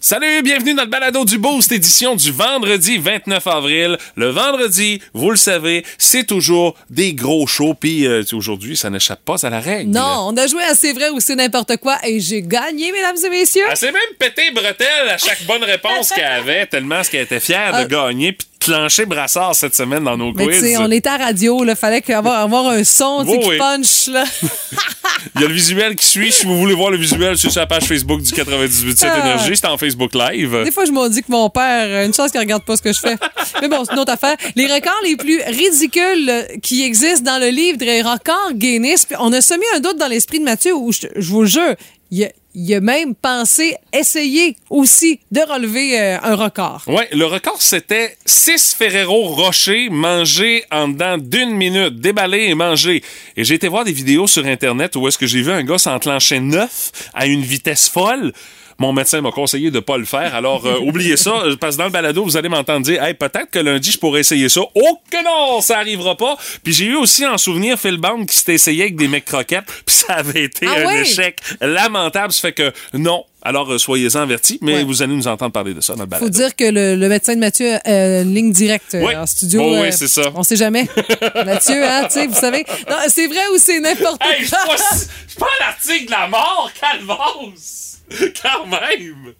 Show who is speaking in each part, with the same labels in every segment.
Speaker 1: Salut, bienvenue dans le balado du Boost, édition du vendredi 29 avril. Le vendredi, vous le savez, c'est toujours des gros shows, puis euh, aujourd'hui, ça n'échappe pas à la règle.
Speaker 2: Non, on a joué à C'est vrai ou c'est n'importe quoi et j'ai gagné, mesdames et messieurs.
Speaker 1: Elle s'est même pété bretelle à chaque bonne réponse qu'elle avait, tellement ce qu'elle était fière de
Speaker 2: Ah.
Speaker 1: gagner, puis de clencher brassard cette semaine dans nos
Speaker 2: Mais tu sais,
Speaker 1: quiz.
Speaker 2: on était à radio, là, fallait que- avoir, avoir un son tu sais,
Speaker 1: Oui,
Speaker 2: qui
Speaker 1: oui.
Speaker 2: punch. Là.
Speaker 1: Il y a le visuel qui suit. Si vous voulez voir le visuel, c'est sur la page Facebook du 98.7
Speaker 2: Ah.
Speaker 1: Énergie. C'est en Facebook Live.
Speaker 2: Des fois, je m'en dis que mon père, euh, une chance qu'il regarde pas ce que je fais. Mais bon, c'est une autre affaire. Les records les plus ridicules euh, qui existent dans le livre des records Guinness, Puis on a semé un doute dans l'esprit de Mathieu où, je, je vous le jure, il a, il a même pensé essayer aussi de relever euh, un record.
Speaker 1: Ouais, le record, c'était 6 Ferrero Rocher mangés en dedans d'une minute, déballés et mangés. Et j'ai été voir des vidéos sur Internet où est-ce que j'ai vu un gars s'enclencher neuf à une vitesse folle. Mon médecin m'a conseillé de pas le faire, alors euh, oubliez ça, euh, parce que dans le balado, vous allez m'entendre dire « Hey, peut-être que lundi, je pourrais essayer ça. » Oh que non, ça arrivera pas! Puis j'ai eu aussi en souvenir Phil Bond qui s'était essayé avec des mecs croquettes, puis ça avait été
Speaker 2: Ah
Speaker 1: un
Speaker 2: ouais?
Speaker 1: échec lamentable. Ça fait que non, alors euh, soyez-en avertis, mais
Speaker 2: Ouais.
Speaker 1: vous allez nous entendre parler de ça dans le balado.
Speaker 2: Faut dire que le, le médecin de Mathieu a une ligne directe euh,
Speaker 1: Oui.
Speaker 2: en studio.
Speaker 1: Oh oui,
Speaker 2: euh,
Speaker 1: c'est ça.
Speaker 2: On sait jamais. Mathieu, hein, tu sais, vous savez. Non, c'est vrai ou c'est n'importe quoi.
Speaker 1: Hey, je suis pas, je suis pas à l'article de la mort, Calvance! Quand même!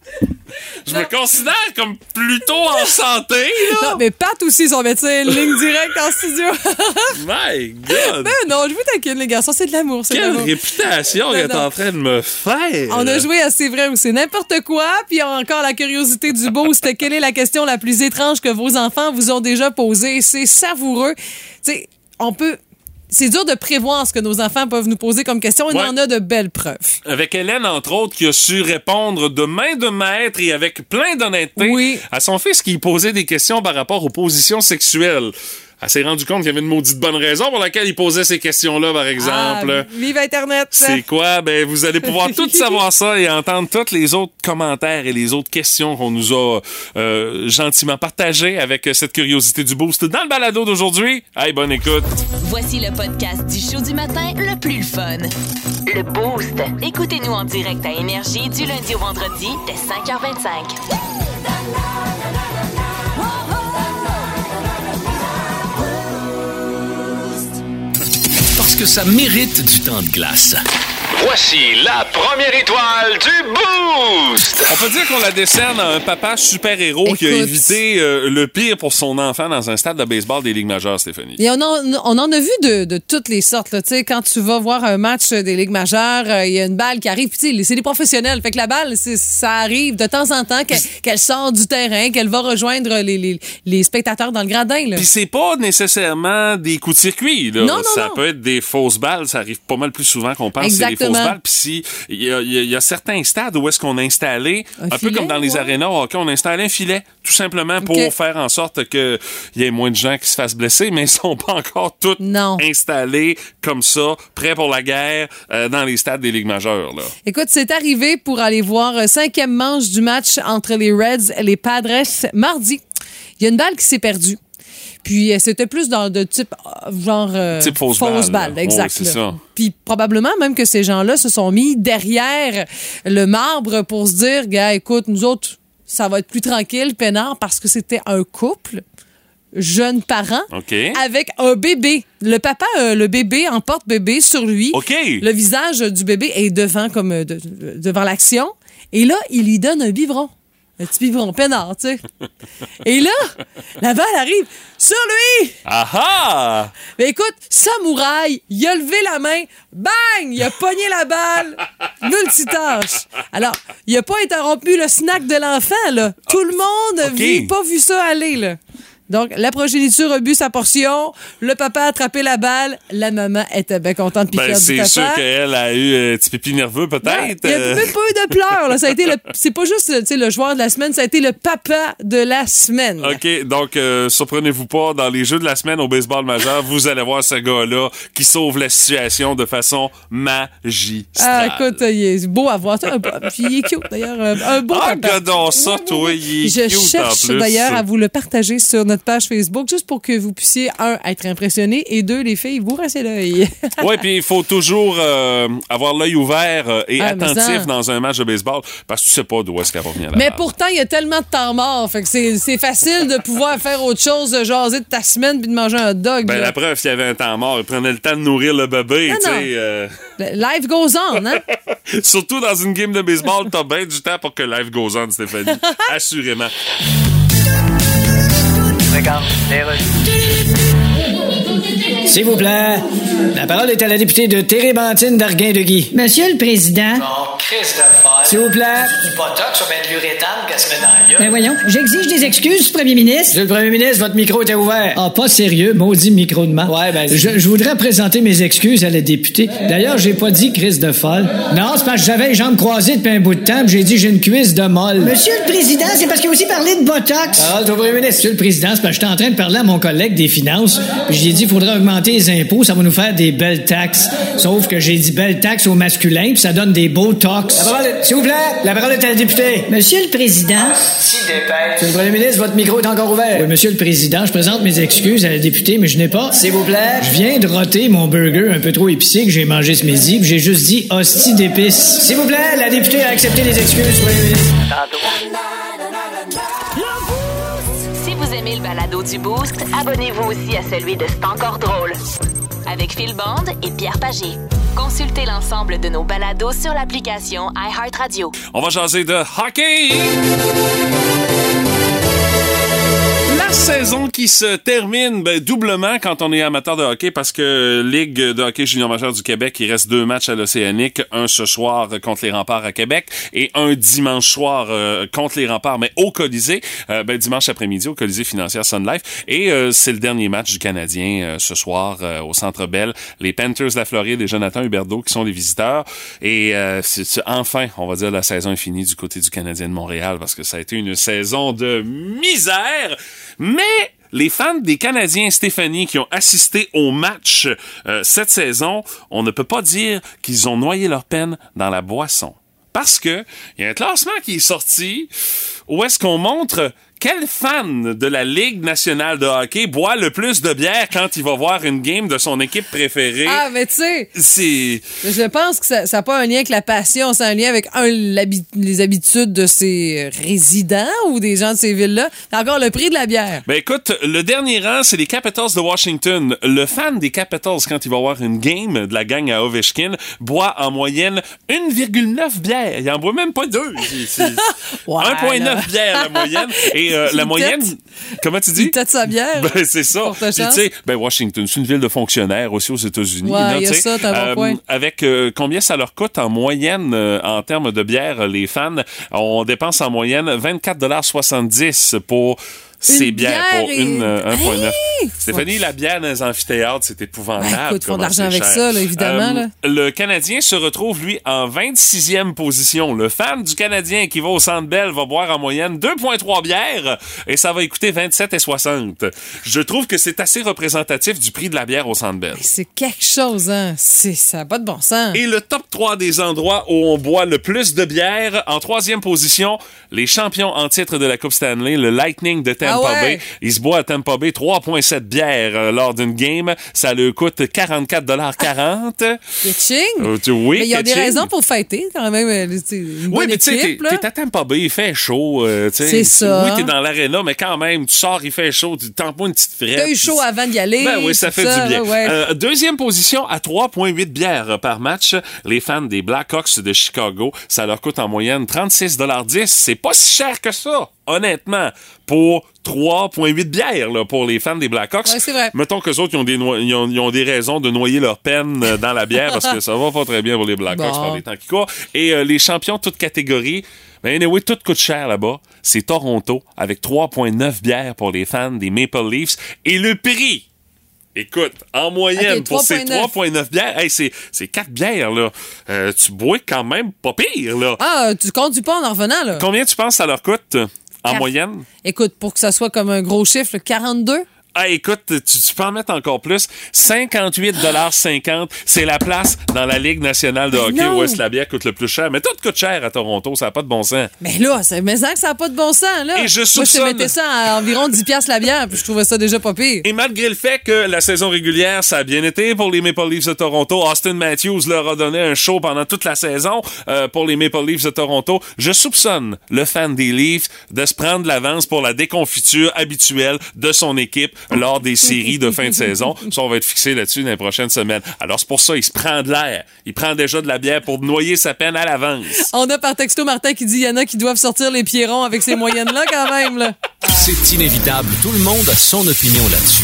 Speaker 1: Je me considère comme plutôt en santé, là!
Speaker 2: Non, mais Pat aussi, son médecin, a une ligne directe en studio.
Speaker 1: My God!
Speaker 2: Euh, Ah! non, je vous taquine, les garçons, c'est de l'amour, c'est de
Speaker 1: Quelle
Speaker 2: l'amour.
Speaker 1: réputation
Speaker 2: Non,
Speaker 1: qu'elle est
Speaker 2: non.
Speaker 1: en train de me faire!
Speaker 2: On a joué à C'est vrai ou c'est n'importe quoi, puis encore la curiosité du beau, c'était quelle est la question la plus étrange que vos enfants vous ont déjà posée. C'est savoureux. Tu sais, on peut... C'est dur de prévoir ce que nos enfants peuvent nous poser comme question. On
Speaker 1: Ouais.
Speaker 2: en a de belles preuves.
Speaker 1: Avec Hélène, entre autres, qui a su répondre de main de maître et avec plein d'honnêteté
Speaker 2: Oui.
Speaker 1: à son fils qui posait des questions par rapport aux positions sexuelles. Elle s'est rendue compte qu'il y avait une maudite bonne raison pour laquelle il posait ces questions-là, par exemple.
Speaker 2: Ah, vive Internet!
Speaker 1: C'est quoi? Ben, vous allez pouvoir tout savoir ça et entendre tous les autres commentaires et les autres questions qu'on nous a euh, gentiment partagées avec euh, cette curiosité du boost dans le balado d'aujourd'hui. Hey, bonne écoute.
Speaker 3: Voici le podcast du show du matin le plus le fun. Le Boost. Écoutez-nous en direct à Énergie du lundi au vendredi dès 5h25.
Speaker 4: parce que ça mérite du temps de glace.
Speaker 5: Voici la première étoile du Boost.
Speaker 1: On peut dire qu'on la décerne à un papa super-héros qui a
Speaker 2: Écoute.
Speaker 1: évité euh, le pire pour son enfant dans un stade de baseball des Ligues majeures, Stéphanie.
Speaker 2: Et on, en, on en a vu de, de toutes les sortes. là. Tu sais, Quand tu vas voir un match des Ligues majeures, euh, il y a une balle qui arrive. Puis tu sais, c'est des professionnels. Fait que la balle, c'est- ça arrive de temps en temps qu'elle qu'elle sort du terrain, qu'elle va rejoindre les, les, les spectateurs dans le gradin. Là.
Speaker 1: Puis c'est pas nécessairement des coups de circuit. Là.
Speaker 2: Non, non,
Speaker 1: ça
Speaker 2: non.
Speaker 1: peut être des fausses balles. Ça arrive pas mal plus souvent qu'on pense. C'est des
Speaker 2: Exactement.
Speaker 1: fausses balles. Puis si- il y a, il y a- il y a certains stades où est-ce qu'on a installé,
Speaker 2: Un
Speaker 1: un, peu
Speaker 2: filet,
Speaker 1: comme dans les
Speaker 2: ouais.
Speaker 1: arénas au hockey, on a installé un filet, tout simplement pour
Speaker 2: Ok.
Speaker 1: faire en sorte que il y ait moins de gens qui se fassent blesser, mais ils sont pas encore tous
Speaker 2: Non.
Speaker 1: installés comme ça, prêts pour la guerre euh, dans les stades des ligues majeures. Là.
Speaker 2: Écoute, c'est arrivé pour aller voir euh, cinquième manche du match entre les Reds et les Padres mardi. Il y a une balle qui s'est perdue. Puis euh, c'était plus dans de type euh, genre euh,
Speaker 1: Type fausse balle, là.
Speaker 2: exact.
Speaker 1: Oui, c'est
Speaker 2: là.
Speaker 1: ça.
Speaker 2: Puis probablement même que ces gens-là se sont mis derrière le marbre pour se dire gars, écoute, nous autres, ça va être plus tranquille, peinard parce que c'était un couple jeunes parents
Speaker 1: OK.
Speaker 2: avec un bébé. Le papa, euh, le bébé en porte bébé sur lui.
Speaker 1: OK.
Speaker 2: Le visage euh, du bébé est devant, comme euh, de- de- devant l'action. Et là, il lui donne un biberon. Un petit biberon peinard, tu sais. Et là, la balle arrive sur lui.
Speaker 1: Ah ah!
Speaker 2: Mais écoute, Samouraï, il a levé la main, bang, il a pogné la balle, multitâche. Alors, il a pas interrompu le snack de l'enfant, là. Tout le monde
Speaker 1: ok.
Speaker 2: vit, pas vu ça aller, là. Donc, la progéniture a bu sa portion, le papa a attrapé la balle, la maman était bien contente puis fière
Speaker 1: Ben,
Speaker 2: du
Speaker 1: c'est
Speaker 2: papa.
Speaker 1: sûr qu'elle a eu un petit pipi nerveux, peut-être.
Speaker 2: Il y a
Speaker 1: euh.
Speaker 2: même pas eu de pleurs. là. Ça a été le, c'est pas juste tu sais, le joueur de la semaine, ça a été le papa de la semaine.
Speaker 1: OK, donc euh, surprenez-vous pas, dans les jeux de la semaine au baseball majeur, vous allez voir ce gars-là qui sauve la situation de façon
Speaker 2: Ah,
Speaker 1: magistrale.
Speaker 2: écoute, il est beau à voir. Un beau- Puis il est cute, d'ailleurs. Un un beau
Speaker 1: Ah,
Speaker 2: papa.
Speaker 1: gardons ça,
Speaker 2: Oui, oui,
Speaker 1: toi,
Speaker 2: oui.
Speaker 1: il est
Speaker 2: Je
Speaker 1: cute, en
Speaker 2: cherche
Speaker 1: plus.
Speaker 2: d'ailleurs à vous le partager sur notre notre page Facebook, juste pour que vous puissiez, un, être impressionné et deux, les filles, vous rincez l'œil.
Speaker 1: Oui, puis il faut toujours euh, avoir l'œil ouvert euh, et
Speaker 2: Ah, mais
Speaker 1: attentif
Speaker 2: ça.
Speaker 1: dans un match de baseball parce que tu sais pas d'où est-ce qu'elle va venir la
Speaker 2: Mais
Speaker 1: balle.
Speaker 2: pourtant, il y a tellement de temps mort. Fait que c'est c'est facile de pouvoir faire autre chose, de jaser de ta semaine puis de manger un hot dog.
Speaker 1: Ben,
Speaker 2: là.
Speaker 1: la preuve, s'il y avait un temps mort, il prenait le temps de nourrir le
Speaker 2: euh,
Speaker 1: bébé,
Speaker 2: Non,
Speaker 1: tu
Speaker 2: non.
Speaker 1: sais. euh,
Speaker 2: Life goes on, hein?
Speaker 1: surtout dans une game de baseball, t'as bien du temps pour que life goes on, Stéphanie. Assurément.
Speaker 6: S'il vous plaît, la parole est à la députée de Térébentine d'Arguin-de-Guy.
Speaker 7: Monsieur le Président,
Speaker 6: Bon, Chris d'affaires. S'il vous plaît. Hypothèque sur ben de l'urétane qu'elle se met dans la gueule.
Speaker 7: ben voyons, j'exige des excuses, Premier ministre.
Speaker 6: Monsieur le premier ministre, votre micro était ouvert.
Speaker 7: Ah, pas sérieux, maudit micro de main.
Speaker 6: Ouais, ben, c'est-
Speaker 7: je, je voudrais présenter mes excuses à la députée. D'ailleurs, j'ai pas dit crise de folle.
Speaker 6: Non, c'est parce que j'avais les jambes croisées depuis un bout de temps, puis j'ai dit j'ai une cuisse de molle.
Speaker 7: Monsieur le Président, c'est parce qu'il a aussi parlé de Botox.
Speaker 6: Ah, le premier ministre. Monsieur le Président, c'est parce que j'étais en train de parler à mon collègue des finances. puis J'ai dit, il faudrait augmenter les impôts, ça va nous faire des belles taxes. Sauf que j'ai dit belles taxes au masculin, puis ça donne des beaux tox. S'il vous plaît, la parole est à la députée.
Speaker 7: Monsieur le Président,
Speaker 6: Monsieur le Premier ministre, votre micro est encore ouvert. Oui, Monsieur le Président, je présente mes excuses à la députée, mais je n'ai pas. S'il vous plaît. Je viens de roter mon burger un peu trop épicé que j'ai mangé ce midi, puis j'ai juste dit hostie d'épices. S'il vous plaît, la députée a accepté les excuses, Premier ministre.
Speaker 3: Si vous aimez le balado du Boost, abonnez-vous aussi à celui de C'est encore drôle. Avec Phil Bond et Pierre Pagé. Consultez l'ensemble de nos balados sur l'application iHeartRadio.
Speaker 1: On va jaser de hockey! La saison qui se termine ben, doublement quand on est amateur de hockey parce que Ligue de hockey junior majeur du Québec, il reste deux matchs à l'Océanique, un ce soir euh, contre les remparts à Québec et un dimanche soir euh, contre les remparts, mais au Colisée, Euh, ben, dimanche après-midi au Colisée financière Sun Life. Et euh, c'est le dernier match du Canadien euh, ce soir euh, au Centre Bell. Les Panthers de la Floride et Jonathan Huberdeau qui sont les visiteurs. Et euh, c'est- c'est- enfin, on va dire, la saison est finie du côté du Canadien de Montréal parce que ça a été une saison de misère. Mais les fans des Canadiens, Stéphanie, qui ont assisté au match euh, cette saison, on ne peut pas dire qu'ils ont noyé leur peine dans la boisson. Parce que il y a un classement qui est sorti où est-ce qu'on montre quel fan de la Ligue nationale de hockey boit le plus de bière quand il va voir une game de son équipe préférée.
Speaker 2: Ah, mais tu sais,
Speaker 1: C'est
Speaker 2: je pense que ça n'a pas un lien avec la passion, c'est un lien avec, un, l'habi- les habitudes de ces résidents ou des gens de ces villes-là. Encore le prix de la bière.
Speaker 1: Ben écoute, le dernier rang, c'est les Capitals de Washington. Le fan des Capitals, quand il va voir une game de la gang à Ovechkin, boit en moyenne 1,9 bières. Il en boit même pas deux. C'est- c'est-
Speaker 2: Ouais,
Speaker 1: 1,9
Speaker 2: là.
Speaker 1: bières la moyenne. Et euh,
Speaker 2: Il
Speaker 1: la
Speaker 2: tête-
Speaker 1: moyenne, comment tu dis?
Speaker 2: Il tête sa bière.
Speaker 1: Ben, c'est ça.
Speaker 2: Pour ta
Speaker 1: Puis, tu
Speaker 2: chance.
Speaker 1: sais, ben, Washington, c'est une ville de fonctionnaires aussi aux États-Unis.
Speaker 2: Ouais,
Speaker 1: là,
Speaker 2: il y a
Speaker 1: tu sais.
Speaker 2: ça, t'as un bon point.
Speaker 1: Avec euh, combien ça leur coûte en moyenne euh, en termes de bière, euh, les fans, on dépense en moyenne 24,70 pour ces
Speaker 2: Une
Speaker 1: bières,
Speaker 2: bière
Speaker 1: pour une,
Speaker 2: et-
Speaker 1: euh, 1,9.
Speaker 2: Hey!
Speaker 1: Stéphanie, la bière dans les amphithéâtres, c'est épouvantable.
Speaker 2: Ben, écoute, ils font de
Speaker 1: comment
Speaker 2: l'argent
Speaker 1: c'est
Speaker 2: avec
Speaker 1: cher. Euh,
Speaker 2: ça, là, évidemment, là.
Speaker 1: Le Canadien se retrouve, lui, en 26e position. Le fan du Canadien qui va au Centre Bell va boire en moyenne 2,3 bières et ça va coûter 27,60. Je trouve que c'est assez représentatif du prix de la bière au Centre Bell.
Speaker 2: C'est quelque chose, hein? C'est, ça n'a pas de bon sens.
Speaker 1: Et le top 3 des endroits où on boit le plus de bière, en troisième position, les champions en titre de la Coupe Stanley, le Lightning de Tampa
Speaker 2: Ah ouais?
Speaker 1: Bay. Ils se boivent à Tampa Bay 3,7 bières euh, lors d'une game. Ça leur coûte 44,40
Speaker 2: Catching?
Speaker 1: Euh, tu- oui,
Speaker 2: Ah. Mais il y a des
Speaker 1: catching.
Speaker 2: raisons pour fêter, quand même. euh, c'est Une
Speaker 1: Oui,
Speaker 2: bonne
Speaker 1: mais tu sais, t'es-
Speaker 2: équipe, là.
Speaker 1: t'es à Tampa Bay, il fait chaud. euh, tu sais.
Speaker 2: C'est ça.
Speaker 1: Oui, t'es dans l'aréna, mais quand même, tu sors, il fait chaud, tu t'en pas une petite frette.
Speaker 2: T'as eu chaud avant d'y aller.
Speaker 1: Ben oui, ça
Speaker 2: tout
Speaker 1: fait du bien.
Speaker 2: ouais, ouais.
Speaker 1: Euh, deuxième position à 3,8 bières euh, par match. Les fans des Blackhawks de Chicago, ça leur coûte en moyenne 36,10 C'est pas si cher que ça, honnêtement, pour 3,8 bières là, pour les fans des Blackhawks.
Speaker 2: Ouais, c'est vrai.
Speaker 1: Mettons qu'eux autres, ils ont, des noi- ils ont- ils ont des raisons de noyer leur peine euh, dans la bière parce que ça va pas très bien pour les Blackhawks
Speaker 2: Bon.
Speaker 1: par les temps qui courent. Et euh, les champions, toutes catégories, mais anyway, tout coûte cher là-bas. C'est Toronto avec 3,9 bières pour les fans des Maple Leafs. Et le prix Écoute, en moyenne,
Speaker 2: Ok,
Speaker 1: pour ces
Speaker 2: 3,9.
Speaker 1: 3,9 bières, hey, c'est, c'est 4 bières, là. Euh, tu bois quand même pas pire, là.
Speaker 2: Ah, tu comptes du pas en en revenant, là.
Speaker 1: Combien tu penses ça leur coûte euh, en
Speaker 2: Quatre.
Speaker 1: moyenne?
Speaker 2: Écoute, pour que ça soit comme un gros chiffre, là, 42.
Speaker 1: Ah, écoute, tu, tu peux en mettre encore plus. 58,50 c'est la place dans la Ligue nationale de hockey
Speaker 2: non.
Speaker 1: où est-ce que la bière coûte le plus cher. Mais tout coûte cher à Toronto, ça n'a pas de bon sens.
Speaker 2: Mais là, ça, mais ça, que ça n'a pas de bon sens, là.
Speaker 1: Et je
Speaker 2: Moi, je te
Speaker 1: soupçonne-
Speaker 2: mettais ça à environ 10$ piastres la bière, puis je trouvais ça déjà pas pire.
Speaker 1: Et malgré le fait que la saison régulière, ça a bien été pour les Maple Leafs de Toronto, Austin Matthews leur a donné un show pendant toute la saison euh, pour les Maple Leafs de Toronto, je soupçonne le fan des Leafs de se prendre l'avance pour la déconfiture habituelle de son équipe lors des séries de fin de saison. Ça, on va être fixé là-dessus dans les prochaines semaines. Alors, c'est pour ça, il se prend de l'air. Il prend déjà de la bière pour noyer sa peine à l'avance.
Speaker 2: On a par texto Martin qui dit il y en a qui doivent sortir les pierrons avec ces moyennes-là, quand même, là.
Speaker 4: C'est inévitable. Tout le monde a son opinion là-dessus.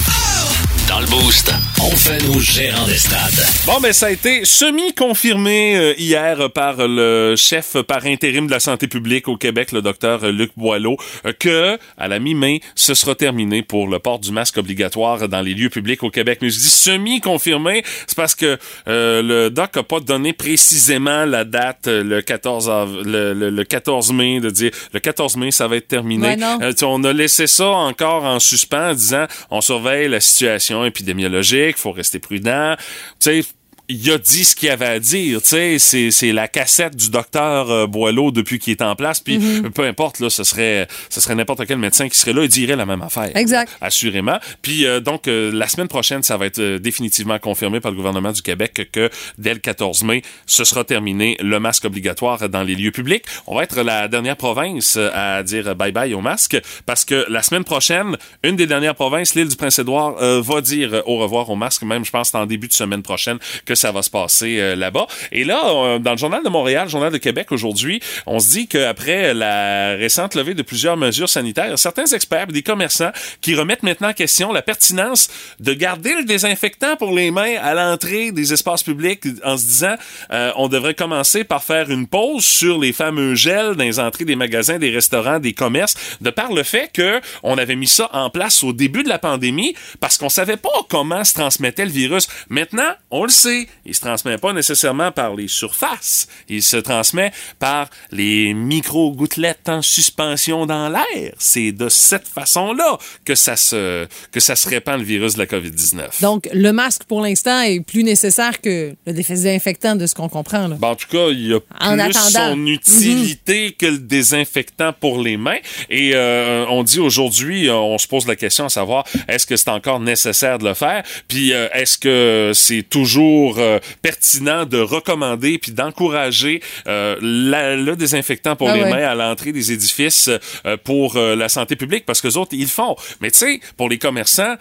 Speaker 5: Dans le boost.
Speaker 4: On fait nos gérants des stades.
Speaker 1: Bon, ben ça a été semi-confirmé euh, hier euh, par le chef euh, par intérim de la santé publique au Québec, le docteur euh, Luc Boileau, euh, que à la mi-mai, ce sera terminé pour le port du masque obligatoire dans les lieux publics au Québec. Mais je dis semi-confirmé, c'est parce que euh, le doc a pas donné précisément la date euh, le 14 av- le, le- le 14 mai de dire le 14 mai ça va être terminé.
Speaker 2: Ouais, non.
Speaker 1: Euh, tu sais, on a laissé ça encore en suspens en disant on surveille la situation épidémiologique, faut rester prudent. Tu sais, il a dit ce qu'il avait à dire, tu sais, c'est c'est la cassette du docteur euh, Boileau depuis qu'il est en place, puis euh, peu importe là, ce serait ce serait n'importe quel médecin qui serait là, il dirait la même affaire.
Speaker 2: Exact.
Speaker 1: Assurément. Puis euh, donc euh, la semaine prochaine, ça va être euh, définitivement confirmé par le gouvernement du Québec que, que dès le 14 mai, ce sera terminé le masque obligatoire dans les lieux publics. On va être la dernière province euh, à dire bye bye au masque parce que la semaine prochaine, une des dernières provinces, l'île du Prince-Édouard, euh, va dire euh, au revoir au masque. Même je pense c'est en début de semaine prochaine que ça va se passer euh, là-bas. Et là, euh, dans le journal de Montréal, le journal de Québec aujourd'hui, on se dit qu'après la récente levée de plusieurs mesures sanitaires, certains experts, des commerçants, qui remettent maintenant en question la pertinence de garder le désinfectant pour les mains à l'entrée des espaces publics en se disant euh, on devrait commencer par faire une pause sur les fameux gels dans les entrées des magasins, des restaurants, des commerces, de par le fait que on avait mis ça en place au début de la pandémie parce qu'on savait pas comment se transmettait le virus. Maintenant, on le sait, il se transmet pas nécessairement par les surfaces, il se transmet par les micro-gouttelettes en suspension dans l'air. C'est de cette façon-là que ça se que ça se répand le virus de la COVID-19.
Speaker 2: Donc, le masque, pour l'instant, est plus nécessaire que le désinfectant de ce qu'on comprend, là.
Speaker 1: Ben, en tout cas, il y a
Speaker 2: En
Speaker 1: plus
Speaker 2: attendant. Mhm.
Speaker 1: son utilité que le désinfectant pour les mains. Et euh, on dit aujourd'hui, euh, on se pose la question à savoir est-ce que c'est encore nécessaire de le faire, puis euh, est-ce que c'est toujours euh, pertinent de recommander puis d'encourager euh, la- le désinfectant pour
Speaker 2: Ah
Speaker 1: les
Speaker 2: ouais.
Speaker 1: mains à l'entrée des édifices euh, pour euh, la santé publique parce que autres ils le font. Mais tu sais, pour les commerçants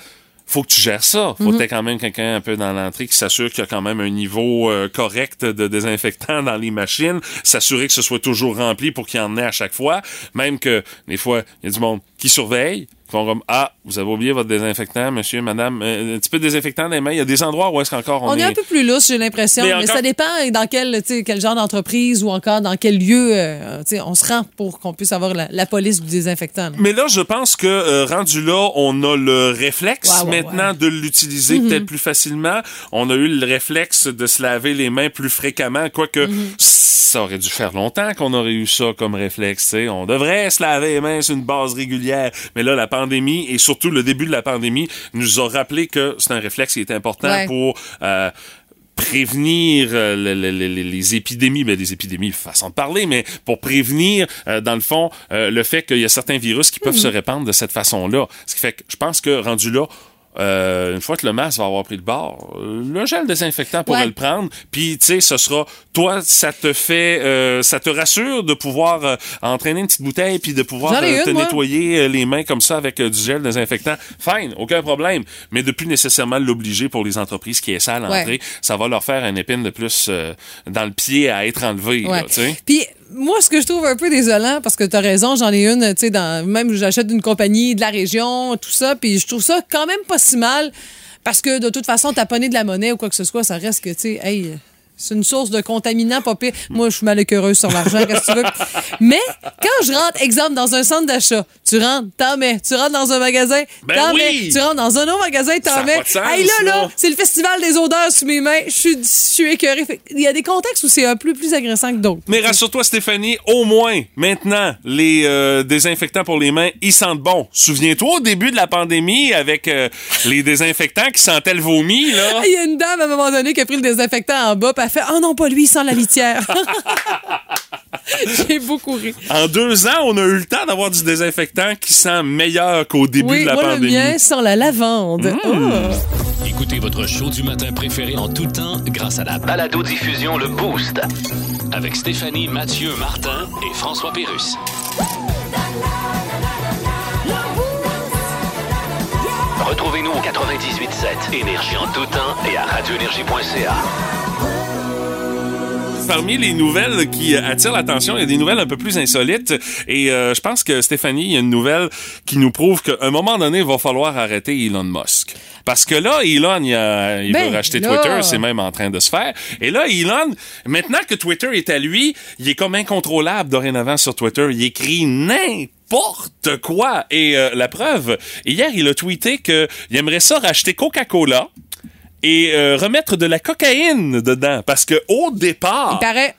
Speaker 1: faut que tu gères ça. Faut
Speaker 2: Mhm.
Speaker 1: que t'aies quand même quelqu'un un peu dans l'entrée qui s'assure qu'il y a quand même un niveau euh, correct de désinfectant dans les machines, s'assurer que ce soit toujours rempli pour qu'il y en ait à chaque fois, même que des fois, il y a du monde qui surveille, qui font comme Ah, vous avez oublié votre désinfectant, monsieur, madame, Euh, un petit peu de désinfectant dans les mains. Il y a des endroits où est-ce qu'encore on,
Speaker 2: On est un peu plus lousse, j'ai l'impression,
Speaker 1: Mais
Speaker 2: mais,
Speaker 1: encore-
Speaker 2: ça dépend dans quel, tu sais, quel genre d'entreprise ou encore dans quel lieu euh, tu sais, on se rend pour qu'on puisse avoir la, la police du désinfectant. là.
Speaker 1: Mais là, je pense que euh, rendu là, on a le réflexe
Speaker 2: Ouais, ouais, Mhm.
Speaker 1: maintenant de l'utiliser peut-être plus facilement. On a eu le réflexe de se laver les mains plus fréquemment, quoique
Speaker 2: Mhm.
Speaker 1: ça aurait dû faire longtemps qu'on aurait eu ça comme réflexe. tu sais. On devrait se laver les mains sur une base régulière. Mais là, la pandémie et surtout le début de la pandémie nous a rappelé que c'est un réflexe qui est important
Speaker 2: Ouais.
Speaker 1: pour euh, prévenir euh, le- le- le- le- les épidémies, ben, les épidémies, façon de parler, mais pour prévenir, euh, dans le fond, euh, le fait qu'il y a certains virus qui peuvent
Speaker 2: Mhm.
Speaker 1: se répandre de cette façon-là. Ce qui fait que je pense que, rendu là, euh, une fois que le masque va avoir pris le bord, euh, le gel désinfectant pourrait
Speaker 2: Ouais.
Speaker 1: le prendre. Puis, tu sais, ce sera... Toi, ça te fait... euh, ça te rassure de pouvoir euh, entraîner une petite bouteille puis de pouvoir
Speaker 2: J'en ai
Speaker 1: euh,
Speaker 2: une,
Speaker 1: te
Speaker 2: moi.
Speaker 1: nettoyer euh, les mains comme ça avec euh, du gel désinfectant. Fine, aucun problème. Mais de plus nécessairement l'obliger pour les entreprises qui essaient à l'entrée
Speaker 2: Ouais.
Speaker 1: ça va leur faire une épine de plus euh, dans le pied à être enlevée. là,
Speaker 2: Ouais.
Speaker 1: tu sais.
Speaker 2: Puis moi, ce que je trouve un peu désolant, parce que t'as raison, j'en ai une, tu sais, dans- même j'achète une compagnie de la région, tout ça, puis je trouve ça quand même pas si mal, parce que de toute façon, taponner de la monnaie ou quoi que ce soit, ça reste que, tu sais, hey, C'est une source de contaminants, pas pire. Moi, je suis mal écœureuse sur l'argent, qu'est-ce que tu veux? Mais quand je rentre, exemple, dans un centre d'achat, tu rentres, t'en mets. Tu rentres dans un magasin,
Speaker 1: Ben
Speaker 2: t'en
Speaker 1: oui!
Speaker 2: mets. Tu rentres dans un autre magasin,
Speaker 1: Ça a
Speaker 2: t'en mets.
Speaker 1: pas de sens,
Speaker 2: Hey, là,
Speaker 1: là.
Speaker 2: là, c'est le festival des odeurs sous mes mains. Je suis- je suis écœurée. Fait que Il y a des contextes où c'est un peu plus agressant que d'autres.
Speaker 1: Mais rassure-toi, Stéphanie, au moins, maintenant, les euh, désinfectants pour les mains, ils sentent bon. Souviens-toi, au début de la pandémie, avec euh, les désinfectants qui sentaient le vomi, là.
Speaker 2: Ah, Il y a une dame à un moment donné qui a pris le désinfectant en bas, puis elle fait Oh non, pas lui, il sent la litière. J'ai beaucoup ri.
Speaker 1: En deux ans, on a eu le temps d'avoir du désinfectant qui sent meilleur qu'au début
Speaker 2: Oui,
Speaker 1: de la
Speaker 2: moi,
Speaker 1: pandémie. Mmh.
Speaker 2: le mien sent la lavande. Oh.
Speaker 5: Hmm. Écoutez votre show du matin préféré en tout temps grâce à la balado-diffusion Le Boost. Avec Stéphanie, Mathieu, Martin et François Pérus. Retrouvez-nous au 98.7 Énergie en tout temps et à radioénergie.ca.
Speaker 1: Parmi les nouvelles qui euh, attirent l'attention, il y a des nouvelles un peu plus insolites. Et euh, je pense que Stéphanie, il y a une nouvelle qui nous prouve qu'à un moment donné, il va falloir arrêter Elon Musk. Parce que là, Elon, il, a- il
Speaker 2: Ben
Speaker 1: veut racheter
Speaker 2: là.
Speaker 1: Twitter, c'est même en train de se faire. Et là, Elon, maintenant que Twitter est à lui, il est comme incontrôlable dorénavant sur Twitter. Il écrit n'importe quoi. Et euh, la preuve, hier, il a tweeté qu'il aimerait ça racheter Coca-Cola et euh, remettre de la cocaïne dedans. Parce que au
Speaker 2: Il
Speaker 1: départ...
Speaker 2: paraît.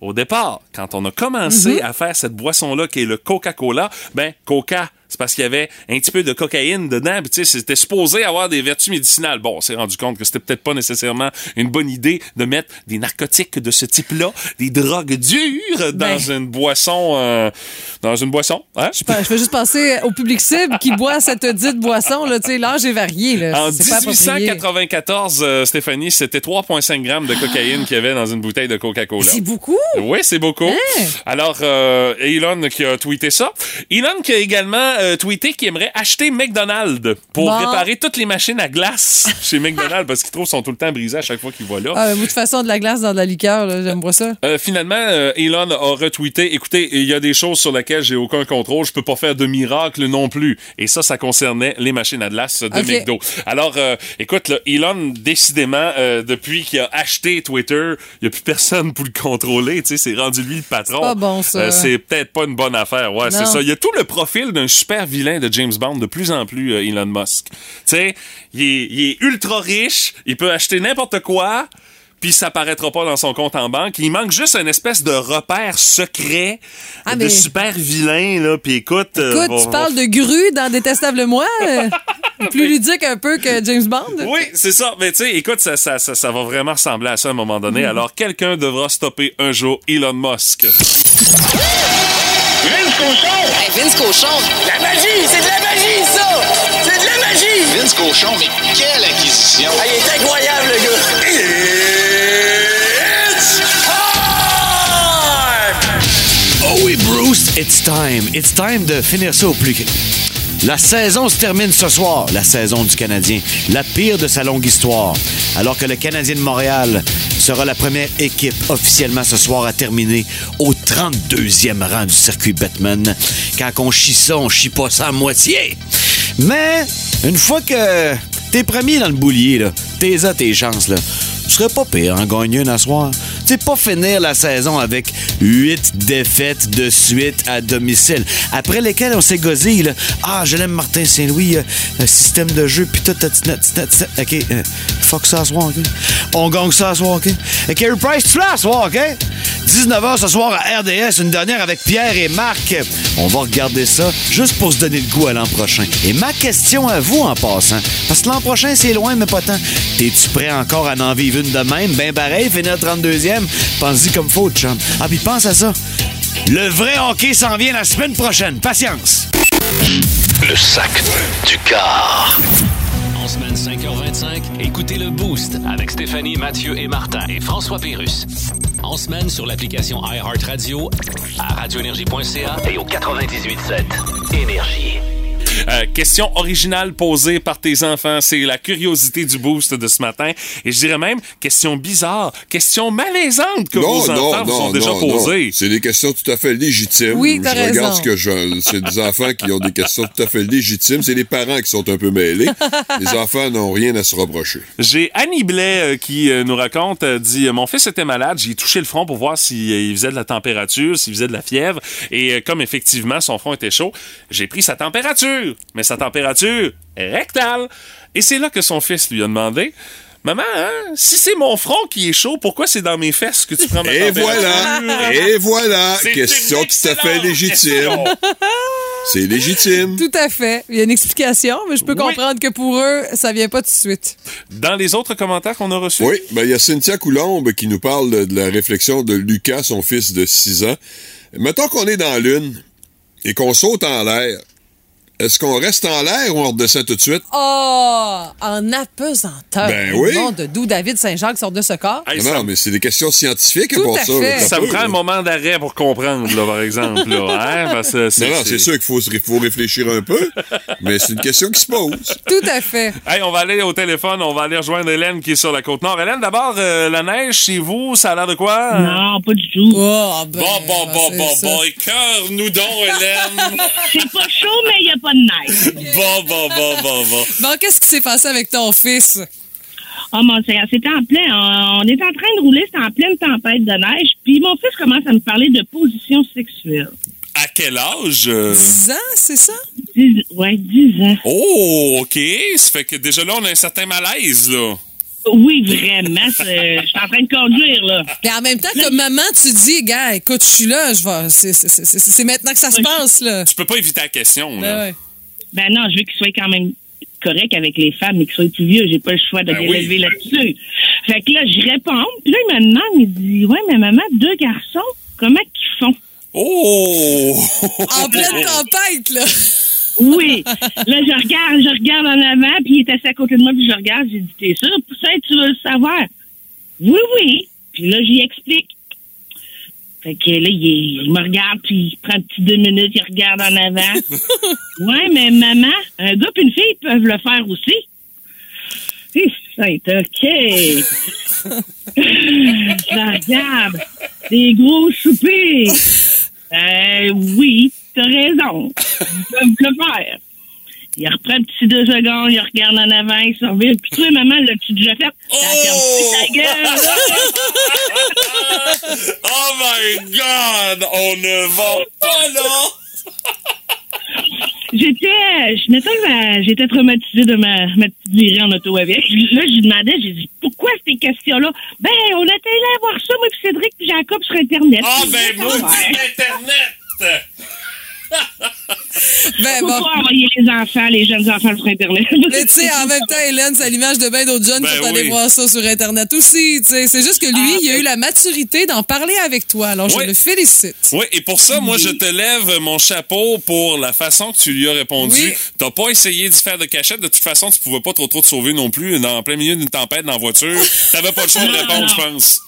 Speaker 1: Au départ, quand on a commencé à faire cette boisson-là qui est le Coca-Cola, ben, Coca, c'est parce qu'il y avait un petit peu de cocaïne dedans, puis tu sais, c'était supposé avoir des vertus médicinales. Bon, on s'est rendu compte que c'était peut-être pas nécessairement une bonne idée de mettre des narcotiques de ce type-là, des drogues dures
Speaker 2: Ben.
Speaker 1: dans une boisson, euh, dans une boisson, hein?
Speaker 2: Je pense- je fais juste penser au public cible qui boit cette dite boisson. Là, Tu sais, l'âge est varié. Là.
Speaker 1: En
Speaker 2: euh, C'est pas approprié.
Speaker 1: 1894, euh, Stéphanie, c'était 3,5 grammes de cocaïne qu'il y avait dans une bouteille de Coca-Cola.
Speaker 2: C'est beaucoup. Hein?
Speaker 1: Oui, c'est beaucoup. Alors, euh, Elon qui a tweeté ça. Elon qui a également euh, tweeté qu'il aimerait acheter McDonald's pour
Speaker 2: Bon.
Speaker 1: réparer toutes les machines à glace chez McDonald's parce qu'ils trouvent sont tout le temps brisés à chaque fois qu'ils voient
Speaker 8: Oh.
Speaker 1: là.
Speaker 2: Ah, mais moi, de toute façon, de la glace dans de la liqueur, là, j'aime pas ça.
Speaker 1: Euh, finalement, euh, Elon a retweeté Écoutez, il y a des choses sur lesquelles j'ai aucun contrôle, je peux pas faire de miracle non plus. Et ça, ça concernait les machines à glace de
Speaker 2: Ok.
Speaker 1: McDo. Alors, euh, écoute, là, Elon, décidément, euh, depuis qu'il a acheté Twitter, il y a plus personne pour le contrôler. Tu sais, c'est rendu lui le patron.
Speaker 2: pas bon, ça.
Speaker 1: Euh, c'est peut-être pas une bonne affaire. Ouais, c'est
Speaker 2: Non.
Speaker 1: ça. Il y a tout le profil d'un super vilain de James Bond de plus en plus, euh, Elon Musk. Tu sais, il est, il est ultra riche, il peut acheter n'importe quoi, puis ça paraîtra pas dans son compte en banque. Il manque juste une espèce de repère secret
Speaker 2: Ah,
Speaker 1: euh, de
Speaker 2: mais-
Speaker 1: super vilain, là. Puis écoute... euh,
Speaker 2: Écoute,
Speaker 1: bon,
Speaker 2: tu parles de grue dans Détestable Moi. euh, plus ludique un peu que James Bond.
Speaker 1: Oui, c'est ça. Mais tu sais, écoute, ça, ça, ça, ça va vraiment ressembler à ça à un moment donné.
Speaker 2: Mm.
Speaker 1: Alors, quelqu'un devra stopper un jour Elon Musk.
Speaker 8: Vince Cochon. La magie, c'est de la magie, ça! C'est de la magie!
Speaker 5: Vince Cochon, mais quelle acquisition!
Speaker 8: Ah, il est incroyable, le gars! It's
Speaker 9: Oh oui, Bruce, it's time. It's time de finir ça au plus. La saison se termine ce soir, la saison du Canadien, la pire de sa longue histoire. Alors que le Canadien de Montréal sera la première équipe officiellement ce soir à terminer au 32e rang du circuit Batman. Quand on chie ça, on chie pas ça à moitié. Mais une fois que t'es premier dans le boulier, là, t'es à tes chances, là. Ce serait pas pire en gagner une à soir. C'est pas finir la saison avec huit défaites de suite à domicile, après lesquelles on s'est gosé, là. Ah, je l'aime Martin Saint-Louis, euh, euh, système de jeu, puis tout, tout, tout, tout, tout, tout. OK, euh, fuck ça à soir, OK? On gagne ça à soir, OK? Euh, Carey Price, tu l'as à soir, OK? 19h ce soir à RDS, une dernière avec Pierre et Marc. On va regarder ça juste pour se donner le goût à l'an prochain. Et ma question à vous en passant, parce que l'an prochain c'est loin, mais pas tant. Es-tu prêt encore à en vivre une de même? Ben pareil, finir 32e, pense-y comme faut, chum. Ah, puis pense à ça. Le vrai hockey s'en vient la semaine prochaine. Patience!
Speaker 5: Le sac du car. En semaine 5h25, écoutez le Boost avec Stéphanie, Mathieu et Martin et François Pérus. En semaine sur l'application iHeartRadio à radioénergie.ca et au 98.7 Énergie.
Speaker 1: Euh, question originale posée par tes enfants, c'est la curiosité du boost de ce matin. Et je dirais même, question bizarre, question malaisante que vos enfants vous ont déjà posées.
Speaker 10: C'est des questions tout à fait légitimes.
Speaker 2: Oui,
Speaker 10: je
Speaker 2: t'as
Speaker 10: regarde
Speaker 2: raison.
Speaker 10: ce que je. C'est des enfants qui ont des questions tout à fait légitimes. C'est les parents qui sont un peu mêlés. les enfants n'ont rien à se reprocher.
Speaker 1: J'ai Annie Blais euh, qui euh, nous raconte, euh, dit euh, Mon fils était malade, j'ai touché le front pour voir s'il euh, il faisait de la température, s'il faisait de la fièvre. Et euh, comme effectivement son front était chaud, j'ai pris sa température, mais sa température rectale. Et c'est là que son fils lui a demandé Maman, hein, si c'est mon front qui est chaud, pourquoi c'est dans mes fesses que tu prends ma
Speaker 10: Et
Speaker 1: température
Speaker 10: voilà! Et voilà!
Speaker 1: hein. C'est
Speaker 10: Question
Speaker 1: une
Speaker 10: tout à fait
Speaker 1: excellente
Speaker 10: légitime.
Speaker 1: question.
Speaker 10: C'est légitime.
Speaker 2: Tout à fait. Il y a une explication, mais je peux
Speaker 1: Oui.
Speaker 2: comprendre que pour eux, ça vient pas tout de suite.
Speaker 1: Dans les autres commentaires qu'on a reçus,
Speaker 10: Oui, ben il y a Cynthia Coulombe qui nous parle de, de la réflexion de Lucas, son fils de 6 ans. Mettons qu'on est dans l'une et qu'on saute en l'air. Est-ce qu'on reste en l'air ou on redescend tout de suite?
Speaker 2: Oh, en apesanteur.
Speaker 10: Ben
Speaker 2: Le
Speaker 10: oui.
Speaker 2: nom de d'où David Saint-Jacques sort de ce corps.
Speaker 1: Hey,
Speaker 10: non,
Speaker 1: ça,
Speaker 10: mais c'est des questions scientifiques
Speaker 2: Tout
Speaker 10: pour
Speaker 2: à
Speaker 10: ça.
Speaker 2: fait.
Speaker 10: Ça
Speaker 1: ça me
Speaker 10: peut,
Speaker 1: prend
Speaker 10: là.
Speaker 1: un moment d'arrêt pour comprendre, là, par exemple. là, hein, parce que
Speaker 10: Non, non, c'est sûr qu'il faut, se ré- faut réfléchir un peu, mais c'est une question qui se pose.
Speaker 2: Tout à fait.
Speaker 1: Hey, on va aller au téléphone, on va aller rejoindre Hélène qui est sur la côte nord. Hélène, d'abord, euh, la neige chez vous, ça a l'air de quoi? hein?
Speaker 11: Non, pas du tout.
Speaker 2: Oh, ben,
Speaker 1: Ah. Bon, bon, bon,
Speaker 2: c'est
Speaker 1: bon,
Speaker 2: ça.
Speaker 1: bon, écœure-nous donc, Hélène!
Speaker 11: C'est pas chaud, mais il n'y a pas de neige.
Speaker 1: bon, bon, bon, bon, bon.
Speaker 2: Bon, qu'est-ce qui s'est passé avec ton fils?
Speaker 11: Oh mon Seigneur, c'était en plein. On on est en train de rouler, c'était en pleine tempête de neige. Puis mon fils commence à me parler de position sexuelle.
Speaker 1: À quel âge? euh?
Speaker 2: 10 ans, c'est ça?
Speaker 11: Dix, ouais, 10 ans.
Speaker 1: Oh, OK. Ça fait que déjà là, on a un certain malaise, là. Oh.
Speaker 11: Oui, vraiment. c'est- Je suis en train de conduire, là.
Speaker 2: Mais en même temps, comme maman, tu dis, gars, écoute, je suis là, je vais. c'est- c'est- C'est c'est- c'est maintenant que ça se
Speaker 11: Oui.
Speaker 2: passe, là.
Speaker 1: Tu peux pas éviter la question, là.
Speaker 2: Ben ouais.
Speaker 11: Ben non, je veux qu'il soit quand même correct avec les femmes et qu'il soit plus vieux. J'ai pas le choix de
Speaker 1: Ben
Speaker 11: les
Speaker 1: oui.
Speaker 11: l'élever là-dessus. Fait que là, je réponds. Puis là, il me demande, il dit, ouais, mais maman, deux garçons, comment qu'ils font?
Speaker 1: Oh!
Speaker 2: En pleine tempête, là.
Speaker 11: Oui. Là, je regarde, je regarde en avant, puis il est assis à côté de moi, puis je regarde, j'ai dit, t'es sûr, Poussin, tu veux le savoir? Oui, oui. Puis là, j'y explique. Fait que là, il, est- il me regarde, puis il prend un petit deux minutes, il regarde en avant. ouais, mais maman, un gars puis une fille peuvent le faire aussi. Et ça est OK. je la regarde. Des gros soupirs. Euh, oui, t'as raison. Ils peuvent le faire. Il reprend un petit deux secondes, il regarde en avant, il se revient. Puis toi, maman, l'as-tu déjà fait? T'as fermé ta gueule, là.
Speaker 1: oh my God! On ne va pas là!
Speaker 11: J'étais, euh, je m'étais, ma- j'étais traumatisée de ma, ma petite virée en auto avec. Là, je lui demandais, j'ai dit, pourquoi ces questions-là? Ben, on était allé voir ça, moi, puis Cédric, puis Jacob sur Internet.
Speaker 1: Ah
Speaker 11: Puis,
Speaker 1: ben,
Speaker 11: ça
Speaker 1: maudit
Speaker 11: va.
Speaker 1: Internet!
Speaker 2: Ben
Speaker 11: Faut
Speaker 2: bon.
Speaker 11: pas envoyer les enfants, les jeunes enfants sur Internet.
Speaker 2: Mais tu sais, en même temps, Hélène, c'est à l'image de bien d'autres jeunes
Speaker 1: Ben
Speaker 2: qui sont allés
Speaker 1: oui.
Speaker 2: voir ça sur Internet aussi. tu sais. C'est juste que lui,
Speaker 11: Ah,
Speaker 2: il a eu la maturité d'en parler avec toi. Alors,
Speaker 1: Ouais.
Speaker 2: je le félicite.
Speaker 1: Oui, et pour ça, moi, je te lève mon chapeau pour la façon que tu lui as répondu.
Speaker 2: Oui.
Speaker 1: T'as pas essayé de faire de cachette. De toute façon, tu pouvais pas trop trop te sauver non plus dans en plein milieu d'une tempête dans la voiture. T'avais pas le choix de
Speaker 11: Non,
Speaker 1: répondre,
Speaker 11: non.
Speaker 1: je pense.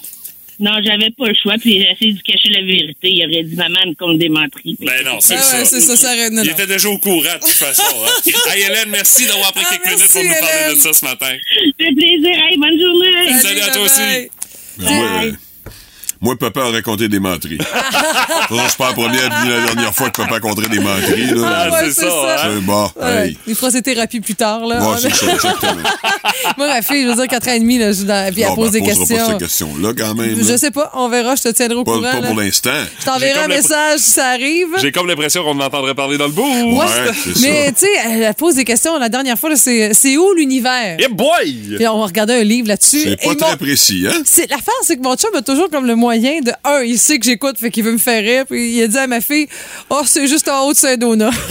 Speaker 11: non, j'avais pas le choix, puis j'ai essayé de cacher la vérité. Il aurait dit, maman, qu'on me démentrit.
Speaker 1: Ben non, c'est
Speaker 2: Ah
Speaker 1: ça.
Speaker 2: ouais, c'est ça, ça arrête. non,
Speaker 1: Il
Speaker 2: non.
Speaker 1: était déjà au courant, de toute façon. Hein? hey, Hélène, merci d'avoir pris
Speaker 2: Ah,
Speaker 1: quelques
Speaker 2: merci,
Speaker 1: minutes pour nous parler de
Speaker 2: Hélène.
Speaker 1: ça ce matin.
Speaker 11: fait plaisir. Hey, bonne journée.
Speaker 1: Salut à toi aussi.
Speaker 2: bye-bye.
Speaker 10: Moi, euh, moi, papa a raconté des menteries. Non, c'est pas la première ni la dernière fois que papa a contré des menteries.
Speaker 1: Ah,
Speaker 10: Là.
Speaker 2: ouais,
Speaker 1: c'est
Speaker 2: c'est
Speaker 1: ça.
Speaker 2: ça.
Speaker 1: hein?
Speaker 10: C'est bon,
Speaker 2: Ouais.
Speaker 10: hey.
Speaker 2: Il fera ses thérapies plus tard, là.
Speaker 10: Ouais, c'est ça, exactement.
Speaker 2: Moi, ma fille, je veux dire, 4 ans et demi, là, je suis dans... puis elle
Speaker 10: Bon, ben,
Speaker 2: pose des
Speaker 10: posera pas
Speaker 2: questions.
Speaker 10: cette question-là, quand même.
Speaker 2: Je
Speaker 10: là.
Speaker 2: sais pas, on verra, je te tiendrai au
Speaker 10: Pas,
Speaker 2: courant.
Speaker 10: pas
Speaker 2: là.
Speaker 10: pour l'instant.
Speaker 2: Je
Speaker 1: J'ai
Speaker 2: t'enverrai un
Speaker 1: comme la-
Speaker 2: message si ça arrive.
Speaker 1: J'ai comme l'impression qu'on en entendrait parler dans le bout.
Speaker 10: Ouais,
Speaker 2: Ouais,
Speaker 10: c'est
Speaker 2: mais
Speaker 10: ça.
Speaker 2: tu sais, elle pose des questions la dernière fois, là, c'est c'est où l'univers?
Speaker 1: Eh boy!
Speaker 2: Puis on va regarder un livre là-dessus.
Speaker 10: C'est
Speaker 2: Et
Speaker 10: pas
Speaker 2: mon-
Speaker 10: très précis, hein?
Speaker 2: C'est l'affaire, c'est que mon chum a toujours comme le moyen de un, il sait que j'écoute, fait qu'il veut me faire rire, puis il a dit à ma fille, oh c'est juste en haut de Saint-Donat.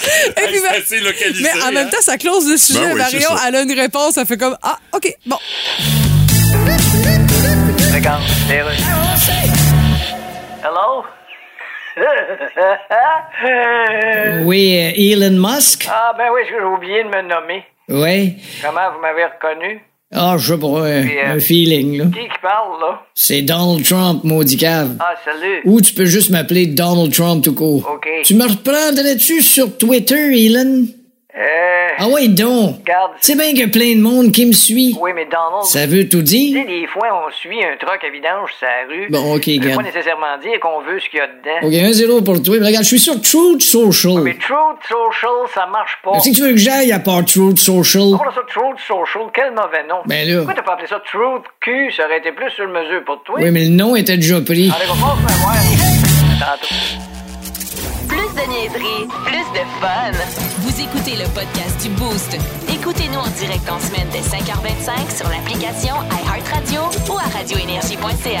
Speaker 2: Et puis,
Speaker 1: C'est
Speaker 2: ma-
Speaker 1: assez localisé.
Speaker 2: mais en
Speaker 1: hein?
Speaker 2: même temps, ça close le sujet.
Speaker 10: Ben oui,
Speaker 2: Marion,
Speaker 10: c'est ça.
Speaker 2: elle a une réponse, elle fait comme ah ok bon.
Speaker 8: Hello?
Speaker 7: Oui, euh, Elon Musk?
Speaker 8: Ah, ben oui, j'ai Ah oublié de me nommer.
Speaker 7: Oui.
Speaker 8: Comment vous m'avez reconnu?
Speaker 7: Ah, je sais pas, un,
Speaker 12: Puis, euh,
Speaker 7: un feeling, là.
Speaker 12: Qui qui parle, là?
Speaker 7: C'est Donald Trump, maudit cave.
Speaker 12: Ah, salut.
Speaker 7: Ou tu peux juste m'appeler Donald Trump tout court.
Speaker 12: OK.
Speaker 7: Tu me reprendrais-tu sur Twitter, Elon?
Speaker 12: Euh,
Speaker 7: Ah ouais, donc.
Speaker 12: Regarde.
Speaker 7: C'est bien que plein de monde qui me suit.
Speaker 12: Oui, mais Donald.
Speaker 7: Ça veut tout
Speaker 12: Tu sais,
Speaker 7: dire?
Speaker 12: des fois, on suit un truck à vidange sur la rue.
Speaker 7: Bon, OK,
Speaker 12: Ça veut
Speaker 7: regarde.
Speaker 12: pas nécessairement dire qu'on veut ce qu'il y a dedans.
Speaker 7: OK, un zéro pour toi. Mais regarde, je suis sur Truth Social.
Speaker 12: Mais Truth Social, ça marche pas.
Speaker 7: Si tu veux que j'aille à part Truth Social,
Speaker 12: Pourquoi ça, Truth Social? Quel mauvais nom.
Speaker 7: Ben là.
Speaker 12: Pourquoi t'as pas appelé ça Truth Q? Ça aurait été plus sur mesure pour toi.
Speaker 7: oui, mais le nom était déjà pris.
Speaker 12: Allez, on va pas se faire voir. Tantôt.
Speaker 3: Plus de niaiserie, plus de fun. Vous écoutez le podcast du Boost. Écoutez-nous en direct en semaine dès 5h25 sur l'application iHeartRadio ou à radioénergie.ca.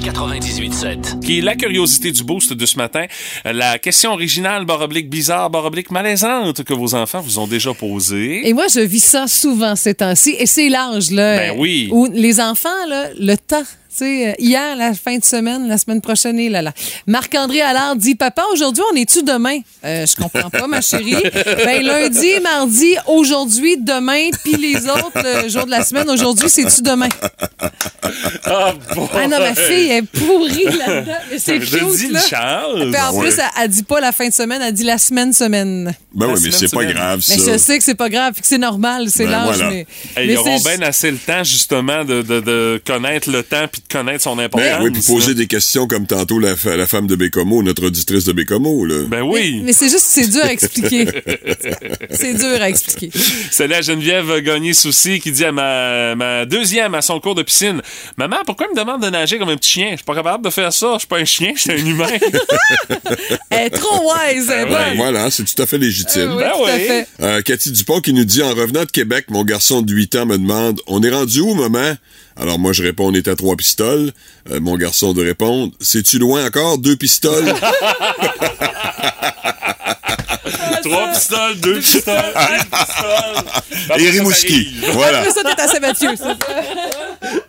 Speaker 5: 98.7.
Speaker 1: qui est la curiosité du boost de ce matin. Euh, La question originale, baroblique bizarre, baroblique malaisante que vos enfants vous ont déjà posée.
Speaker 2: Et moi, je vis ça souvent ces temps-ci. Et c'est l'âge, là.
Speaker 1: Ben oui.
Speaker 2: Où les enfants, là, le temps. Tu sais, euh, hier, la fin de semaine, la semaine prochaine, et là, là. Marc-André Allard dit Papa, aujourd'hui, on est-tu demain Euh, Je comprends pas, ma chérie. Ben, lundi, mardi, aujourd'hui, demain, puis les autres euh, jours de la semaine. Aujourd'hui, c'est-tu demain
Speaker 1: Ah, bon.
Speaker 2: Ah non, ma fille est pourrie là-dedans. Mais c'est
Speaker 1: Je
Speaker 2: cute,
Speaker 1: dis une
Speaker 2: là.
Speaker 1: chance.
Speaker 2: Puis en
Speaker 10: Ouais.
Speaker 2: plus, elle, elle dit pas la fin de semaine, elle dit la semaine semaine.
Speaker 10: Ben
Speaker 1: La
Speaker 10: oui, mais
Speaker 1: semaine,
Speaker 10: c'est pas
Speaker 1: semaine.
Speaker 10: grave, ça.
Speaker 2: Mais je sais que c'est pas grave, puis que c'est normal, c'est
Speaker 10: Ben
Speaker 2: l'âge,
Speaker 10: voilà.
Speaker 2: mais. mais
Speaker 1: Hey, ils auront
Speaker 2: c'est-
Speaker 1: bien assez le temps, justement, de, de- de connaître le temps puis de connaître son importance.
Speaker 10: Ben oui, puis poser des questions comme tantôt la, fa- la femme de Bécomo, notre auditrice de Bécomo, là.
Speaker 1: Ben oui. Ah
Speaker 2: Mais c'est juste que c'est dur à expliquer. c'est dur à expliquer.
Speaker 1: C'est la Geneviève Gagné-Soucy qui dit à ma, ma deuxième à son cours de piscine Maman, pourquoi elle me demande de nager comme un petit chien Je suis pas capable de faire ça. Je suis pas un chien, je suis un humain.
Speaker 2: Elle est trop wise, elle est
Speaker 10: Ben
Speaker 2: bonne.
Speaker 10: voilà, c'est tout à fait légitime.
Speaker 1: Ben
Speaker 2: oui, Ah tout à fait.
Speaker 10: Euh, Cathy Dupont qui nous dit En revenant de Québec, mon garçon de 8 ans me demande On est rendu où, maman Alors moi, je réponds On est à trois pistoles. Euh, mon garçon de répondre C'est-tu loin encore, deux pistoles
Speaker 1: Trois pistoles, deux pistoles, un pistole. Après,
Speaker 10: Et
Speaker 1: ça
Speaker 10: Rimouski.
Speaker 1: t'arrive.
Speaker 10: Voilà.
Speaker 2: Après ça, t'es à Saint-Mathieu, ça.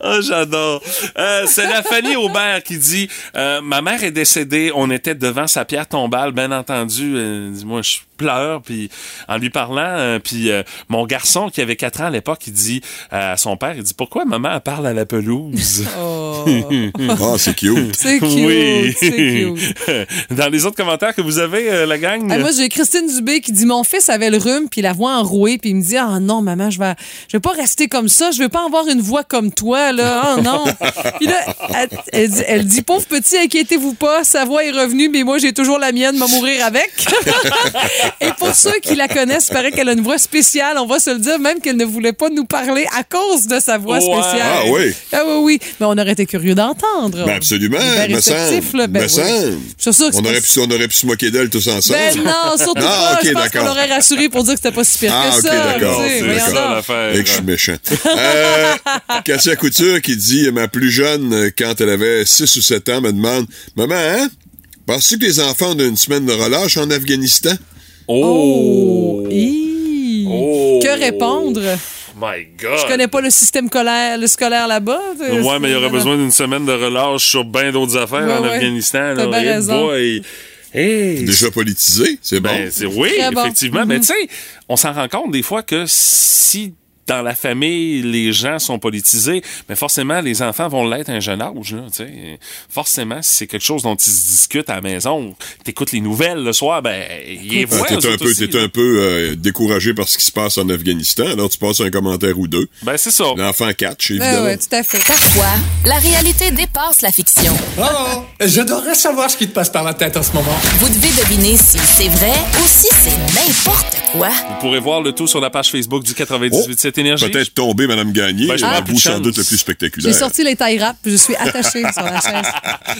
Speaker 1: Ah, j'adore. Euh, c'est la Fanny Aubert qui dit euh, Ma mère est décédée, on était devant sa pierre tombale, bien entendu. Euh, dit, moi, je pleure, puis en lui parlant, euh, puis euh, mon garçon qui avait 4 ans à l'époque, il dit euh, à son père, il dit Pourquoi maman elle parle à la pelouse?
Speaker 2: Oh.
Speaker 10: Ah, c'est cute.
Speaker 2: C'est cute,
Speaker 1: oui.
Speaker 2: c'est cute.
Speaker 1: Dans les autres commentaires que vous avez, euh, la gang.
Speaker 2: Ah, moi, j'ai Christine Dubé qui dit Mon fils avait le rhume, puis la voix enrouée, puis il me dit Ah non, maman, je vais, je vais pas rester comme ça, je veux pas avoir une voix comme toi, là. Oh non. Puis là, elle, elle dit, elle dit Pauvre petit, inquiétez-vous pas, sa voix est revenue, mais moi, j'ai toujours la mienne, m'en mourir avec. Et pour ceux qui la connaissent, il paraît qu'elle a une voix spéciale, on va se le dire, même qu'elle ne voulait pas nous parler à cause de sa voix
Speaker 1: Ouais.
Speaker 2: spéciale.
Speaker 10: Ah oui.
Speaker 2: Ah oui, oui. Mais on aurait été curieux d'entendre.
Speaker 10: Ben absolument,
Speaker 2: Hyper
Speaker 10: me
Speaker 2: réceptif,
Speaker 10: semble.
Speaker 2: là. Ben
Speaker 10: me
Speaker 2: oui.
Speaker 10: semble.
Speaker 2: Je suis sûre que
Speaker 10: On
Speaker 2: c'est
Speaker 10: aurait,
Speaker 2: pas-
Speaker 10: pu, on aurait pu se moquer d'elle tous ensemble.
Speaker 2: ben non, surtout
Speaker 10: Ah,
Speaker 2: pas.
Speaker 10: ok,
Speaker 2: je pense qu'on
Speaker 10: d'accord.
Speaker 2: l'aurait rassuré pour dire que c'était pas si pire
Speaker 10: Ah,
Speaker 2: que
Speaker 10: ok,
Speaker 2: ça.
Speaker 10: d'accord,
Speaker 2: tu sais,
Speaker 10: c'est
Speaker 2: voyons
Speaker 10: ça,
Speaker 2: donc.
Speaker 1: l'affaire.
Speaker 10: Et que je suis méchant. Euh, Cassia Couture qui dit Ma plus jeune, euh, quand elle avait 6 ou 7 ans, me demande Maman, hein, penses-tu que les enfants ont une semaine de relâche en Afghanistan
Speaker 2: Oh! hi.
Speaker 1: Oh.
Speaker 2: Que répondre?
Speaker 1: My God.
Speaker 2: Je connais pas le système scolaire, le scolaire là-bas.
Speaker 1: Ouais, mais il y aurait besoin d'une semaine de relâche sur bien d'autres affaires
Speaker 2: Ouais,
Speaker 1: en
Speaker 2: ouais.
Speaker 1: Afghanistan.
Speaker 2: T'as
Speaker 1: là.
Speaker 2: bien
Speaker 1: Hey
Speaker 2: raison.
Speaker 1: boy. Hey,
Speaker 10: Déjà politisé, c'est bon.
Speaker 1: Ben, c'est- oui,
Speaker 2: Très bon. Mm-hmm.
Speaker 1: effectivement. Mais tu sais, on s'en rend compte des fois que si dans la famille, les gens sont politisés, mais forcément, les enfants vont l'être à un jeune âge. Là, tu sais. forcément, si c'est quelque chose dont ils se discutent à la maison, t'écoutes les nouvelles le soir, ben, ils
Speaker 10: Ah,
Speaker 1: voient
Speaker 10: t'es
Speaker 1: eux
Speaker 10: un
Speaker 1: autres
Speaker 10: peu,
Speaker 1: aussi,
Speaker 10: t'es
Speaker 1: là.
Speaker 10: un peu euh, découragé par ce qui se passe en Afghanistan. Alors, tu passes un commentaire ou deux.
Speaker 1: Ben, c'est ça.
Speaker 10: L'enfant catch,
Speaker 2: Oui,
Speaker 10: évidemment.
Speaker 2: Ben ouais, tout à fait.
Speaker 3: Parfois, la réalité dépasse la fiction.
Speaker 13: J'adorerais savoir ce qui te passe par la tête en ce moment.
Speaker 3: Vous devez deviner si c'est vrai ou si c'est n'importe quoi.
Speaker 1: Vous pourrez voir le tout sur la page Facebook du 98.7 Énergie.
Speaker 10: Oh, Peut-être tomber, Madame Gagné,
Speaker 1: Ben, je
Speaker 10: à
Speaker 1: prends plus
Speaker 10: bout
Speaker 1: de
Speaker 10: sans
Speaker 1: chance.
Speaker 10: doute le plus
Speaker 2: J'ai
Speaker 10: spectaculaire.
Speaker 2: sorti les tailles rap, puis je suis attachée sur la chaise.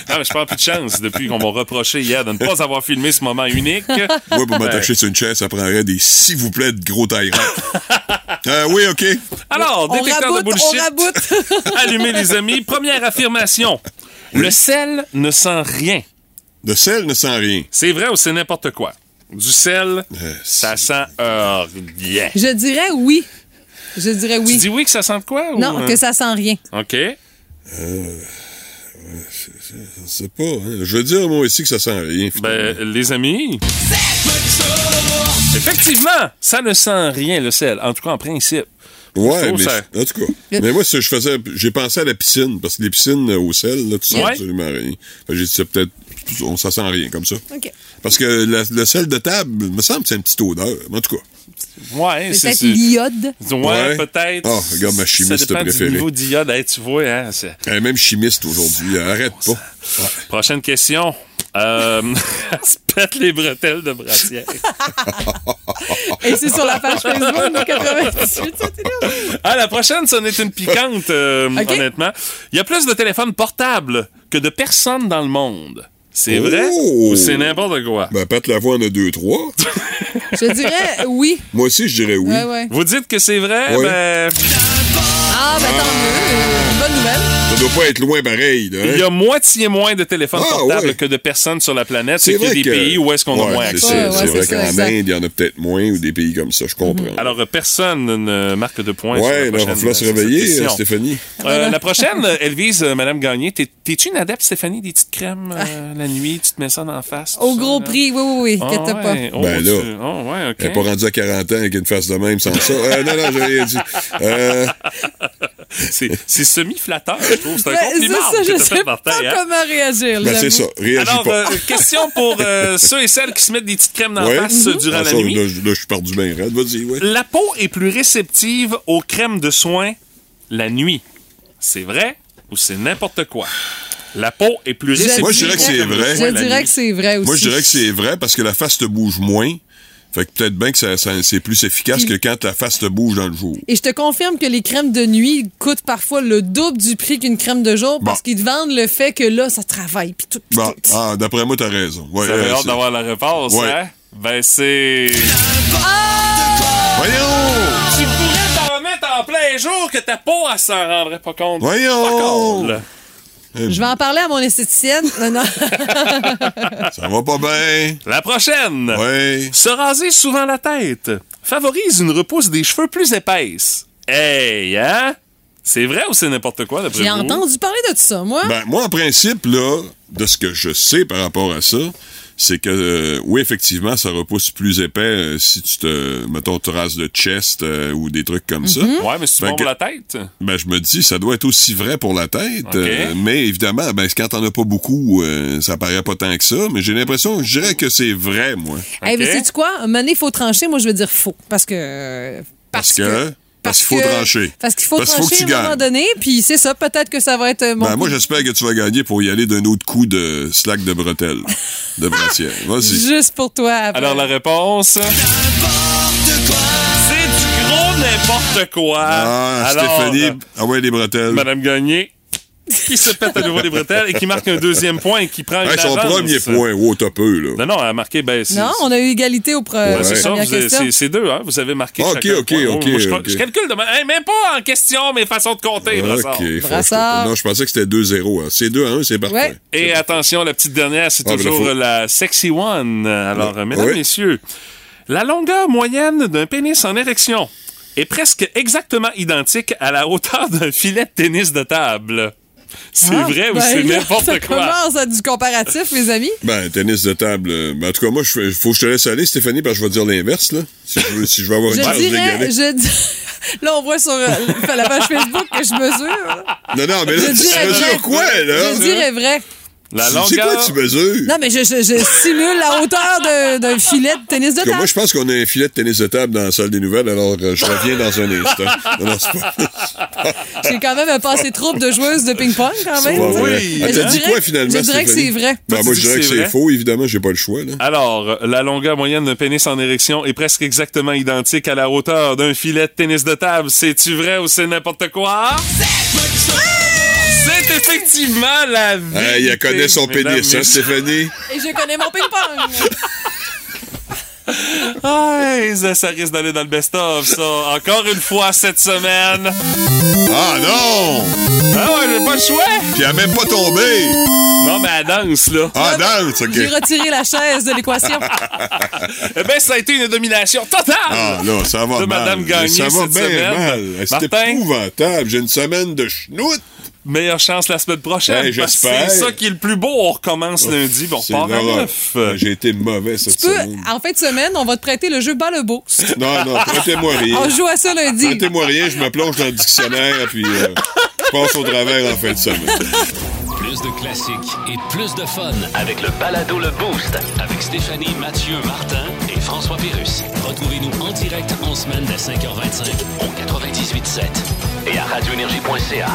Speaker 1: Non, mais je prends plus de chance depuis qu'on m'a reproché hier de ne pas avoir filmé ce moment unique.
Speaker 10: Moi, pour
Speaker 1: Ben,
Speaker 10: m'attacher sur une chaise, ça prendrait des s'il vous plaît de gros tailles euh, oui, OK.
Speaker 1: Alors,
Speaker 2: On
Speaker 1: détecteur de
Speaker 2: raboute, on
Speaker 1: bullshit.
Speaker 2: raboute.
Speaker 1: Allumez, les amis. Première affirmation. Le sel ne sent rien.
Speaker 10: Le sel ne sent rien.
Speaker 1: C'est vrai ou c'est n'importe quoi? Du sel,
Speaker 10: Euh,
Speaker 1: ça sent euh, rien.
Speaker 2: Je dirais oui. Je dirais
Speaker 1: Tu
Speaker 2: oui.
Speaker 1: euh? dis oui que ça sent de quoi? ou,
Speaker 2: Non,
Speaker 1: euh,
Speaker 2: que ça sent rien.
Speaker 1: OK.
Speaker 10: Je sais pas. hein. Je veux dire, moi, ici, que ça sent rien.
Speaker 1: Ben, les amis. Effectivement, ça ne sent rien, le sel. En tout cas, en principe. Je
Speaker 10: Ouais,
Speaker 1: trouve
Speaker 10: mais
Speaker 1: ça-
Speaker 10: je- en tout cas. Mais moi, ce que je faisais, j'ai pensé à la piscine, parce que les piscines euh, au sel, là, tu sens
Speaker 1: Ouais.
Speaker 10: absolument rien. Fait que J'ai dit, c'est peut-être, on- ça sent rien comme ça.
Speaker 2: OK.
Speaker 10: Parce que la- le sel de table, me semble que c'est une petite odeur. En tout cas.
Speaker 1: Ouais, c'est
Speaker 2: Peut-être
Speaker 1: c'est-
Speaker 2: l'iode.
Speaker 1: Ouais,
Speaker 10: Ouais.
Speaker 1: peut-être.
Speaker 10: Ah, regarde ma chimiste
Speaker 1: Ça dépend
Speaker 10: préférée.
Speaker 1: du niveau d'iode. Hey, tu vois, hein, c'est-
Speaker 10: Elle est même chimiste aujourd'hui. elle Arrête
Speaker 1: Oh,
Speaker 10: pas.
Speaker 1: Prochaine question. Euh, elle se pète les bretelles de brassière.
Speaker 2: Et c'est sur la page Facebook de 98.
Speaker 1: Ah, la prochaine, c'en est une piquante, euh,
Speaker 2: Ok.
Speaker 1: honnêtement. Il y a plus de téléphones portables que de personnes dans le monde. C'est vrai
Speaker 10: Oh!
Speaker 1: ou c'est n'importe quoi?
Speaker 10: Ben, Pat Lavoie en a deux, trois.
Speaker 2: Je dirais oui.
Speaker 10: Moi aussi, je dirais oui.
Speaker 2: Ouais, ouais.
Speaker 1: Vous dites que c'est vrai?
Speaker 10: Oui.
Speaker 1: Ben,
Speaker 2: Ah, ben tant mieux. Bonne nouvelle.
Speaker 10: Ça doit pas être loin pareil, là. hein?
Speaker 1: il y a moitié moins de téléphones
Speaker 10: Ah,
Speaker 1: portables
Speaker 10: ouais.
Speaker 1: que de personnes sur la planète.
Speaker 10: C'est
Speaker 1: C'est qu'il y a
Speaker 10: vrai
Speaker 1: des
Speaker 10: que-
Speaker 1: pays où est-ce qu'on a
Speaker 10: Ouais,
Speaker 1: moins
Speaker 10: c'est
Speaker 1: accès.
Speaker 10: ça,
Speaker 2: Ouais, ouais,
Speaker 10: C'est
Speaker 2: c'est
Speaker 10: vrai
Speaker 2: ça,
Speaker 10: qu'en
Speaker 2: exact.
Speaker 10: Inde, il y en a peut-être moins, ou des pays comme ça, je comprends.
Speaker 1: Alors, euh, personne ne marque de points. sur la
Speaker 10: ouais, là, il va
Speaker 1: prochaine,
Speaker 10: falloir se
Speaker 1: euh, sur cette
Speaker 10: réveiller,
Speaker 1: question.
Speaker 10: hein, Stéphanie.
Speaker 1: Euh, la prochaine, euh, elle vise euh, Madame Gagné. T'es- T'es-tu une adepte, Stéphanie, des petites crèmes euh, la nuit? Tu te mets ça dans la face? tout
Speaker 2: Ah. Au
Speaker 1: ça,
Speaker 2: gros
Speaker 1: là?
Speaker 2: prix, oui, oui, oui.
Speaker 1: Ah,
Speaker 2: inquiète pas.
Speaker 1: ouais. Oh,
Speaker 10: Ben
Speaker 1: tu-
Speaker 10: là.
Speaker 1: oh, ouais,
Speaker 10: Elle n'est
Speaker 1: OK.
Speaker 10: pas rendue à 40 ans avec une face de même sans ça. Euh, non, non, j'ai rien dit. Euh,
Speaker 1: C'est c'est semi-flatteur, je trouve. C'est un
Speaker 2: Ben, c'est
Speaker 1: compliment
Speaker 2: ça,
Speaker 1: que
Speaker 2: je
Speaker 1: t'as
Speaker 2: sais
Speaker 1: fait,
Speaker 2: pas
Speaker 1: Martin, hein?
Speaker 2: comment réagir.
Speaker 10: ben, c'est
Speaker 2: j'avoue.
Speaker 10: ça. Réagis
Speaker 1: Alors,
Speaker 10: pas.
Speaker 1: euh, question pour euh, ceux et celles qui se mettent des petites crèmes dans
Speaker 10: Ouais.
Speaker 1: la face euh, durant
Speaker 10: Ah,
Speaker 1: la
Speaker 10: ça,
Speaker 1: nuit.
Speaker 10: Là, je là, je suis perdu bien raide. Vas-y, ouais.
Speaker 1: La peau est plus réceptive aux crèmes de soins la nuit. C'est vrai ou c'est n'importe quoi? La peau est plus
Speaker 2: Je
Speaker 1: réceptive.
Speaker 10: Moi, je dirais que
Speaker 1: aux
Speaker 10: c'est
Speaker 1: crèmes de
Speaker 10: vrai.
Speaker 1: soins
Speaker 2: Je
Speaker 1: la
Speaker 2: dirais
Speaker 1: nuit.
Speaker 2: que c'est vrai aussi.
Speaker 10: Moi, je dirais que c'est vrai parce que la face te bouge moins. Fait que peut-être bien que ça- ça- c'est plus efficace que quand la face te bouge dans le jour.
Speaker 2: Et je te confirme que les crèmes de nuit coûtent parfois le double du prix qu'une crème de jour parce
Speaker 10: Bon.
Speaker 2: qu'ils te vendent le fait que là, ça travaille. Puis tout, puis
Speaker 10: Bon,
Speaker 2: tout.
Speaker 10: ah, d'après moi, t'as raison. Ouais,
Speaker 1: Vous avez
Speaker 10: euh,
Speaker 1: hâte
Speaker 10: c'est-
Speaker 1: d'avoir la réponse,
Speaker 10: Ouais.
Speaker 1: hein? Ben, c'est...
Speaker 10: Voyons!
Speaker 1: Tu pourrais t'en remettre en plein jour que ta peau, elle s'en rendrait pas compte.
Speaker 10: Voyons!
Speaker 1: Là.
Speaker 2: Je vais en parler à mon esthéticienne. Non, non.
Speaker 10: Ça va pas bien.
Speaker 1: La prochaine!
Speaker 10: Ouais.
Speaker 1: Se raser souvent la tête favorise une repousse des cheveux plus épaisse. Hey, hein? C'est vrai ou c'est n'importe quoi, d'après vous?
Speaker 2: J'ai entendu parler de tout ça, moi.
Speaker 10: Ben, moi, en principe, là, de ce que je sais par rapport à ça, c'est que, euh, oui, effectivement, ça repousse plus épais euh, si tu te, mettons, te rases le chest euh, ou des trucs comme ça.
Speaker 2: Mm-hmm.
Speaker 1: Ouais, mais si tu
Speaker 10: Ben,
Speaker 1: bombes
Speaker 10: que-
Speaker 1: la tête...
Speaker 10: Ben, je me dis, ça doit être aussi vrai pour la tête.
Speaker 1: Ok.
Speaker 10: euh, mais évidemment, ben, quand t'en as pas beaucoup, euh, ça paraît pas tant que ça. Mais j'ai l'impression, je dirais que c'est vrai, moi.
Speaker 2: Hey, Eh, mais
Speaker 1: Ok.
Speaker 2: sais-tu quoi? Mané, il faut trancher. Moi, je veux dire faux. Parce que.
Speaker 10: Parce que- parce qu'il faut
Speaker 2: que-
Speaker 10: trancher.
Speaker 2: Parce qu'il faut
Speaker 10: Parce qu'il faut
Speaker 2: trancher
Speaker 10: que tu
Speaker 2: à un moment
Speaker 10: gagnes.
Speaker 2: donné. Puis c'est ça. Peut-être que ça va être euh, mon.
Speaker 10: Ben, moi, j'espère que tu vas gagner pour y aller d'un autre coup de slack de bretelle, de brassière. Vas-y.
Speaker 2: Juste pour toi. après.
Speaker 1: Alors la réponse. C'est du gros Oh, n'importe quoi.
Speaker 10: Ah,
Speaker 1: Alors, euh,
Speaker 10: Stéphanie, ah ouais, les bretelles.
Speaker 1: Madame Gagné, qui se pète à nouveau les bretelles et qui marque un deuxième point et qui prend une
Speaker 10: Hey, son
Speaker 1: avance.
Speaker 10: premier point, wow, t'as peu, là.
Speaker 1: Non, non, elle a marqué. Ben, c'est-
Speaker 2: Non, on a eu égalité au pre-
Speaker 1: Ouais, c'est ça,
Speaker 2: première
Speaker 1: vous avez-
Speaker 2: question.
Speaker 1: c'est c'est deux, hein, vous avez marqué.
Speaker 10: Ok,
Speaker 1: chacun un
Speaker 10: ok,
Speaker 1: point. Moi,
Speaker 10: ok,
Speaker 1: moi, je,
Speaker 10: ok.
Speaker 1: je calcule de ma- hey, même pas en question mes façons de compter, Brassard.
Speaker 10: OK. faut-
Speaker 2: Brassard.
Speaker 10: Non, je pensais que c'était 2-0. hein. C'est 2 à 1, c'est parfait.
Speaker 2: Ouais.
Speaker 1: Et attention, la petite dernière, c'est
Speaker 10: Ah, ben là,
Speaker 1: toujours
Speaker 10: faut-
Speaker 1: euh, la sexy one. Alors,
Speaker 10: Ouais.
Speaker 1: euh, mesdames,
Speaker 10: Ouais.
Speaker 1: messieurs, la longueur moyenne d'un pénis en érection est presque exactement identique à la hauteur d'un filet de tennis de table. C'est
Speaker 2: Ah,
Speaker 1: vrai ou
Speaker 2: ben
Speaker 1: c'est
Speaker 2: là,
Speaker 1: n'importe quoi?
Speaker 2: Ça commence à du comparatif, mes amis.
Speaker 10: Ben, tennis de table. euh, ben, en tout cas, moi, je fais- faut que je te laisse aller, Stéphanie, parce que je vais dire l'inverse, là. Si je veux, si je veux avoir
Speaker 2: Je
Speaker 10: une chance de
Speaker 2: dirais,
Speaker 10: gagner.
Speaker 2: je dis- là on voit sur euh, la page Facebook que je mesure.
Speaker 10: Non, non, mais là,
Speaker 2: Je
Speaker 10: tu
Speaker 2: dirais vrai.
Speaker 10: mesures quoi, là? hein?
Speaker 2: Je dirais vrai.
Speaker 1: La
Speaker 10: C'est
Speaker 1: longueur.
Speaker 10: quoi tu mesures?
Speaker 2: Non mais je, je- je stimule la hauteur de- d'un filet de tennis de
Speaker 10: Parce que
Speaker 2: table.
Speaker 10: moi, je pense qu'on a un filet de tennis de table dans la salle des nouvelles, alors euh, je reviens dans un instant. Non, non, c'est pas...
Speaker 1: Ah,
Speaker 2: J'ai quand même un passé trouble de joueuses de ping-pong quand même.
Speaker 10: pas
Speaker 2: tu sais.
Speaker 10: vrai.
Speaker 1: ben, oui.
Speaker 10: Elle
Speaker 2: Je
Speaker 10: t'a dit
Speaker 2: dirais-
Speaker 10: quoi, finalement,
Speaker 2: je dirais que
Speaker 10: Stéphanie?
Speaker 2: c'est vrai.
Speaker 10: Ben,
Speaker 1: Toi,
Speaker 10: moi, je
Speaker 1: tu dis
Speaker 10: dirais
Speaker 1: que
Speaker 10: que
Speaker 1: c'est vrai.
Speaker 10: c'est faux, évidemment, j'ai pas le choix, là.
Speaker 1: Alors, euh, la longueur moyenne d'un pénis en érection est presque exactement identique à la hauteur d'un filet de tennis de table. C'est-tu vrai ou c'est n'importe quoi? C'est effectivement la vérité.
Speaker 10: Hey, elle connaît son
Speaker 1: mesdames,
Speaker 10: pénis, hein,
Speaker 1: messieurs.
Speaker 10: Stéphanie?
Speaker 2: Et je connais mon ping-pong.
Speaker 1: Aïe, ça, ça risque d'aller dans le best-of, ça. Encore une fois cette semaine.
Speaker 10: Ah, non!
Speaker 1: Ah ouais, j'ai pas le choix.
Speaker 10: Puis elle a même pas tombé!
Speaker 1: Non, mais elle danse, là.
Speaker 10: Ah, danse, OK.
Speaker 2: J'ai retiré la chaise de l'équation.
Speaker 1: Eh ben, ça a été une domination totale.
Speaker 10: Ah, là, ça va
Speaker 1: De
Speaker 10: mal.
Speaker 1: Madame Gagné
Speaker 10: ça va
Speaker 1: cette
Speaker 10: bien
Speaker 1: semaine.
Speaker 10: mal. C'est
Speaker 1: Martin?
Speaker 10: épouvantable. J'ai une semaine de chenoute.
Speaker 1: Meilleure chance la semaine prochaine.
Speaker 10: Hey,
Speaker 1: parce que
Speaker 10: j'espère. Oh,
Speaker 1: C'est ça qui est le plus beau. On recommence lundi. Bon,
Speaker 10: C'est
Speaker 1: on part à
Speaker 10: l'horreur.
Speaker 1: neuf.
Speaker 10: J'ai été mauvais cette
Speaker 2: Tu peux,
Speaker 10: semaine.
Speaker 2: en fin de semaine, on va te prêter le jeu Bas le beau.
Speaker 10: Non, non, prêtez-moi rien.
Speaker 2: On joue à ça lundi.
Speaker 10: Prêtez-moi rien, je me plonge dans le dictionnaire, puis euh, je passe au travers en fin de semaine.
Speaker 5: Plus de classiques et plus de fun avec le balado Le Boost avec Stéphanie, Mathieu, Martin et François Pérus. Retrouvez-nous en direct en semaine dès 5h25 au 98.7 et à radioénergie.ca.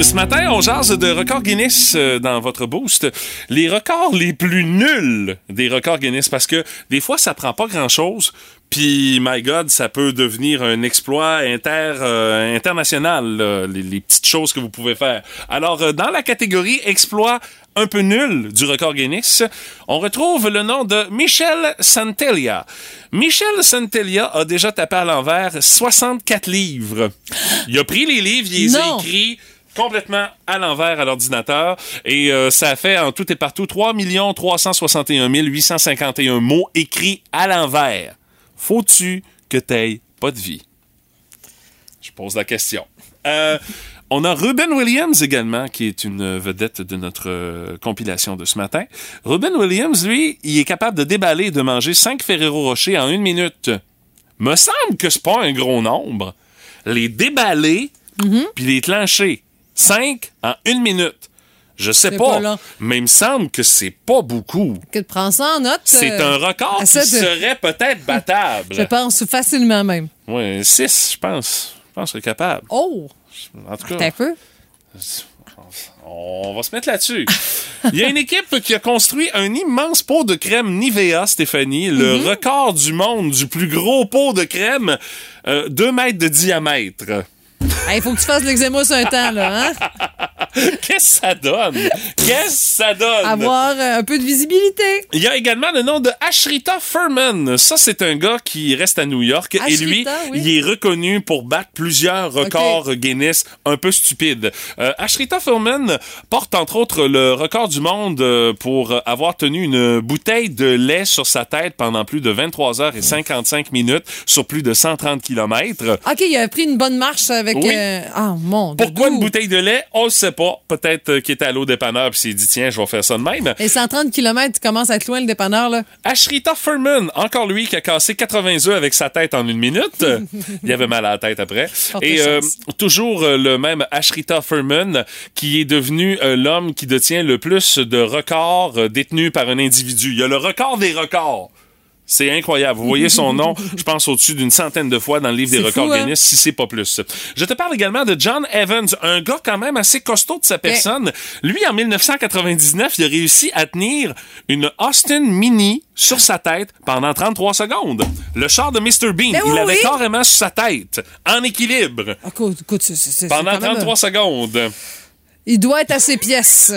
Speaker 1: Ce matin, on jase de records Guinness euh, dans votre boost. Les records les plus nuls des records Guinness, parce que des fois, ça prend pas grand-chose. Puis, my God, ça peut devenir un exploit inter, euh, international, là, les, les petites choses que vous pouvez faire. Alors, euh, dans la catégorie exploit un peu nul du record Guinness, on retrouve le nom de Michel Santelia. Michel Santelia a déjà tapé à l'envers 64 livres. Il a pris les livres, il les a
Speaker 2: Non.
Speaker 1: écrits complètement à l'envers à l'ordinateur et euh, ça fait en tout et partout 3 361 851 mots écrits à l'envers. Faut-tu que t'aies pas de vie? Je pose la question. Euh, on a Ruben Williams également, qui est une vedette de notre euh, compilation de ce matin. Ruben Williams, lui, il est capable de déballer et de manger 5 Ferrero Rocher en une minute. Me semble que c'est pas un gros nombre. Les déballer,
Speaker 2: Mhm.
Speaker 1: puis les clencher. 5 en une minute. Je sais
Speaker 2: C'est
Speaker 1: pas,
Speaker 2: pas long.
Speaker 1: mais il me semble que c'est pas beaucoup.
Speaker 2: Que prends ça en note.
Speaker 1: C'est
Speaker 2: euh,
Speaker 1: un record qui
Speaker 2: essaie de-
Speaker 1: serait peut-être battable.
Speaker 2: Je pense facilement même.
Speaker 1: Oui, 6, je pense. Je pense que c'est capable.
Speaker 2: Oh!
Speaker 1: En tout cas,
Speaker 2: T'as peu?
Speaker 1: on va se mettre là-dessus. Il y a une équipe qui a construit un immense pot de crème Nivea, Stéphanie, le record du monde du plus gros pot de crème, 2 mètres de diamètre.
Speaker 2: Il faut que tu fasses de l'eczéma sur un temps, là. Hein?
Speaker 1: Qu'est-ce que ça donne? Qu'est-ce que ça donne?
Speaker 2: Avoir euh, un peu de visibilité.
Speaker 1: Il y a également le nom de Ashrita Furman. Ça, c'est un gars qui reste à New York. et
Speaker 2: Ashrita,
Speaker 1: lui,
Speaker 2: oui.
Speaker 1: il est reconnu pour battre plusieurs records Guinness un peu stupides. Euh, Ashrita Furman porte entre autres le record du monde euh, pour avoir tenu une bouteille de lait sur sa tête pendant plus de 23 heures et 55 minutes sur plus de 130 kilomètres.
Speaker 2: OK, il a pris une bonne marche avec.
Speaker 1: Oui.
Speaker 2: euh, Ah, mon Dieu.
Speaker 1: Pourquoi une bouteille de lait? On le sait pas. Peut-être euh, qu'il était à l'eau dépanneur puis s'est dit, tiens, je vais faire ça de même.
Speaker 2: Et 130 km, tu commences à être loin, le dépanneur, là.
Speaker 1: Ashrita Furman, encore lui qui a cassé 82 avec sa tête en une minute. Il avait mal à la tête après.
Speaker 2: Forte
Speaker 1: Et euh,
Speaker 2: chance.
Speaker 1: toujours euh, le même Ashrita Furman qui est devenu euh, l'homme qui détient le plus de records euh, détenus par un individu. Il y a le record des records. C'est incroyable. Vous voyez son nom, je pense, au-dessus d'une centaine de fois dans le livre des
Speaker 2: C'est
Speaker 1: records
Speaker 2: fou, hein?
Speaker 1: Guinness, si c'est pas plus. Je te parle également de John Evans, un gars quand même assez costaud de sa personne. Lui, en 1999, il a réussi à tenir une Austin Mini sur sa tête pendant 33 secondes. Le char de Mr. Bean,
Speaker 2: Ben oui,
Speaker 1: il l'avait
Speaker 2: oui. Ah,
Speaker 1: carrément sur sa tête, en équilibre,
Speaker 2: Écoute, écoute, c'est- c'est- c'est
Speaker 1: pendant
Speaker 2: quand même,
Speaker 1: 33
Speaker 2: euh,
Speaker 1: secondes.
Speaker 2: Il doit être à ses pièces.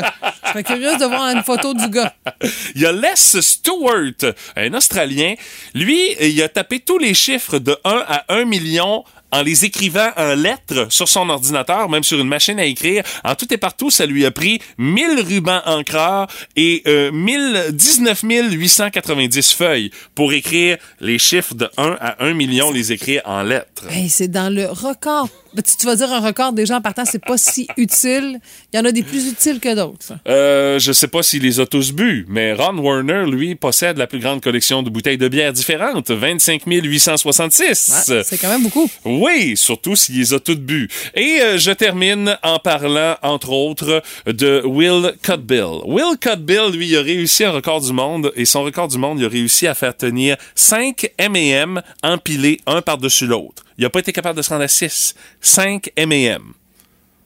Speaker 2: Je serais curieuse de voir une photo du gars.
Speaker 1: Il y a Les Stewart, un Australien. Lui, il a tapé tous les chiffres de 1 à 1 million en les écrivant en lettres sur son ordinateur, même sur une machine à écrire. En tout et partout, ça lui a pris 1000 rubans encreurs et euh, 1000 19 890 feuilles pour écrire les chiffres de 1 à 1 million, les écrire en lettres.
Speaker 2: Hey, c'est dans le record. Ben, Tu, tu vas dire un record des gens en partant, c'est pas si utile. Il y en a des plus utiles que d'autres.
Speaker 1: Euh, je sais pas s'il les a tous bu, mais Ron Warner, lui, possède la plus grande collection de bouteilles de bière différentes, 25 866.
Speaker 2: Ouais, c'est quand même beaucoup.
Speaker 1: Oui, surtout s'il les a toutes bu. Et euh, je termine en parlant, entre autres, de Will Cutbill. Will Cutbill, lui, il a réussi un record du monde, et son record du monde, il a réussi à faire tenir 5 M&M empilés un par-dessus l'autre. Il a pas été capable de se rendre à 6. 5 M&M.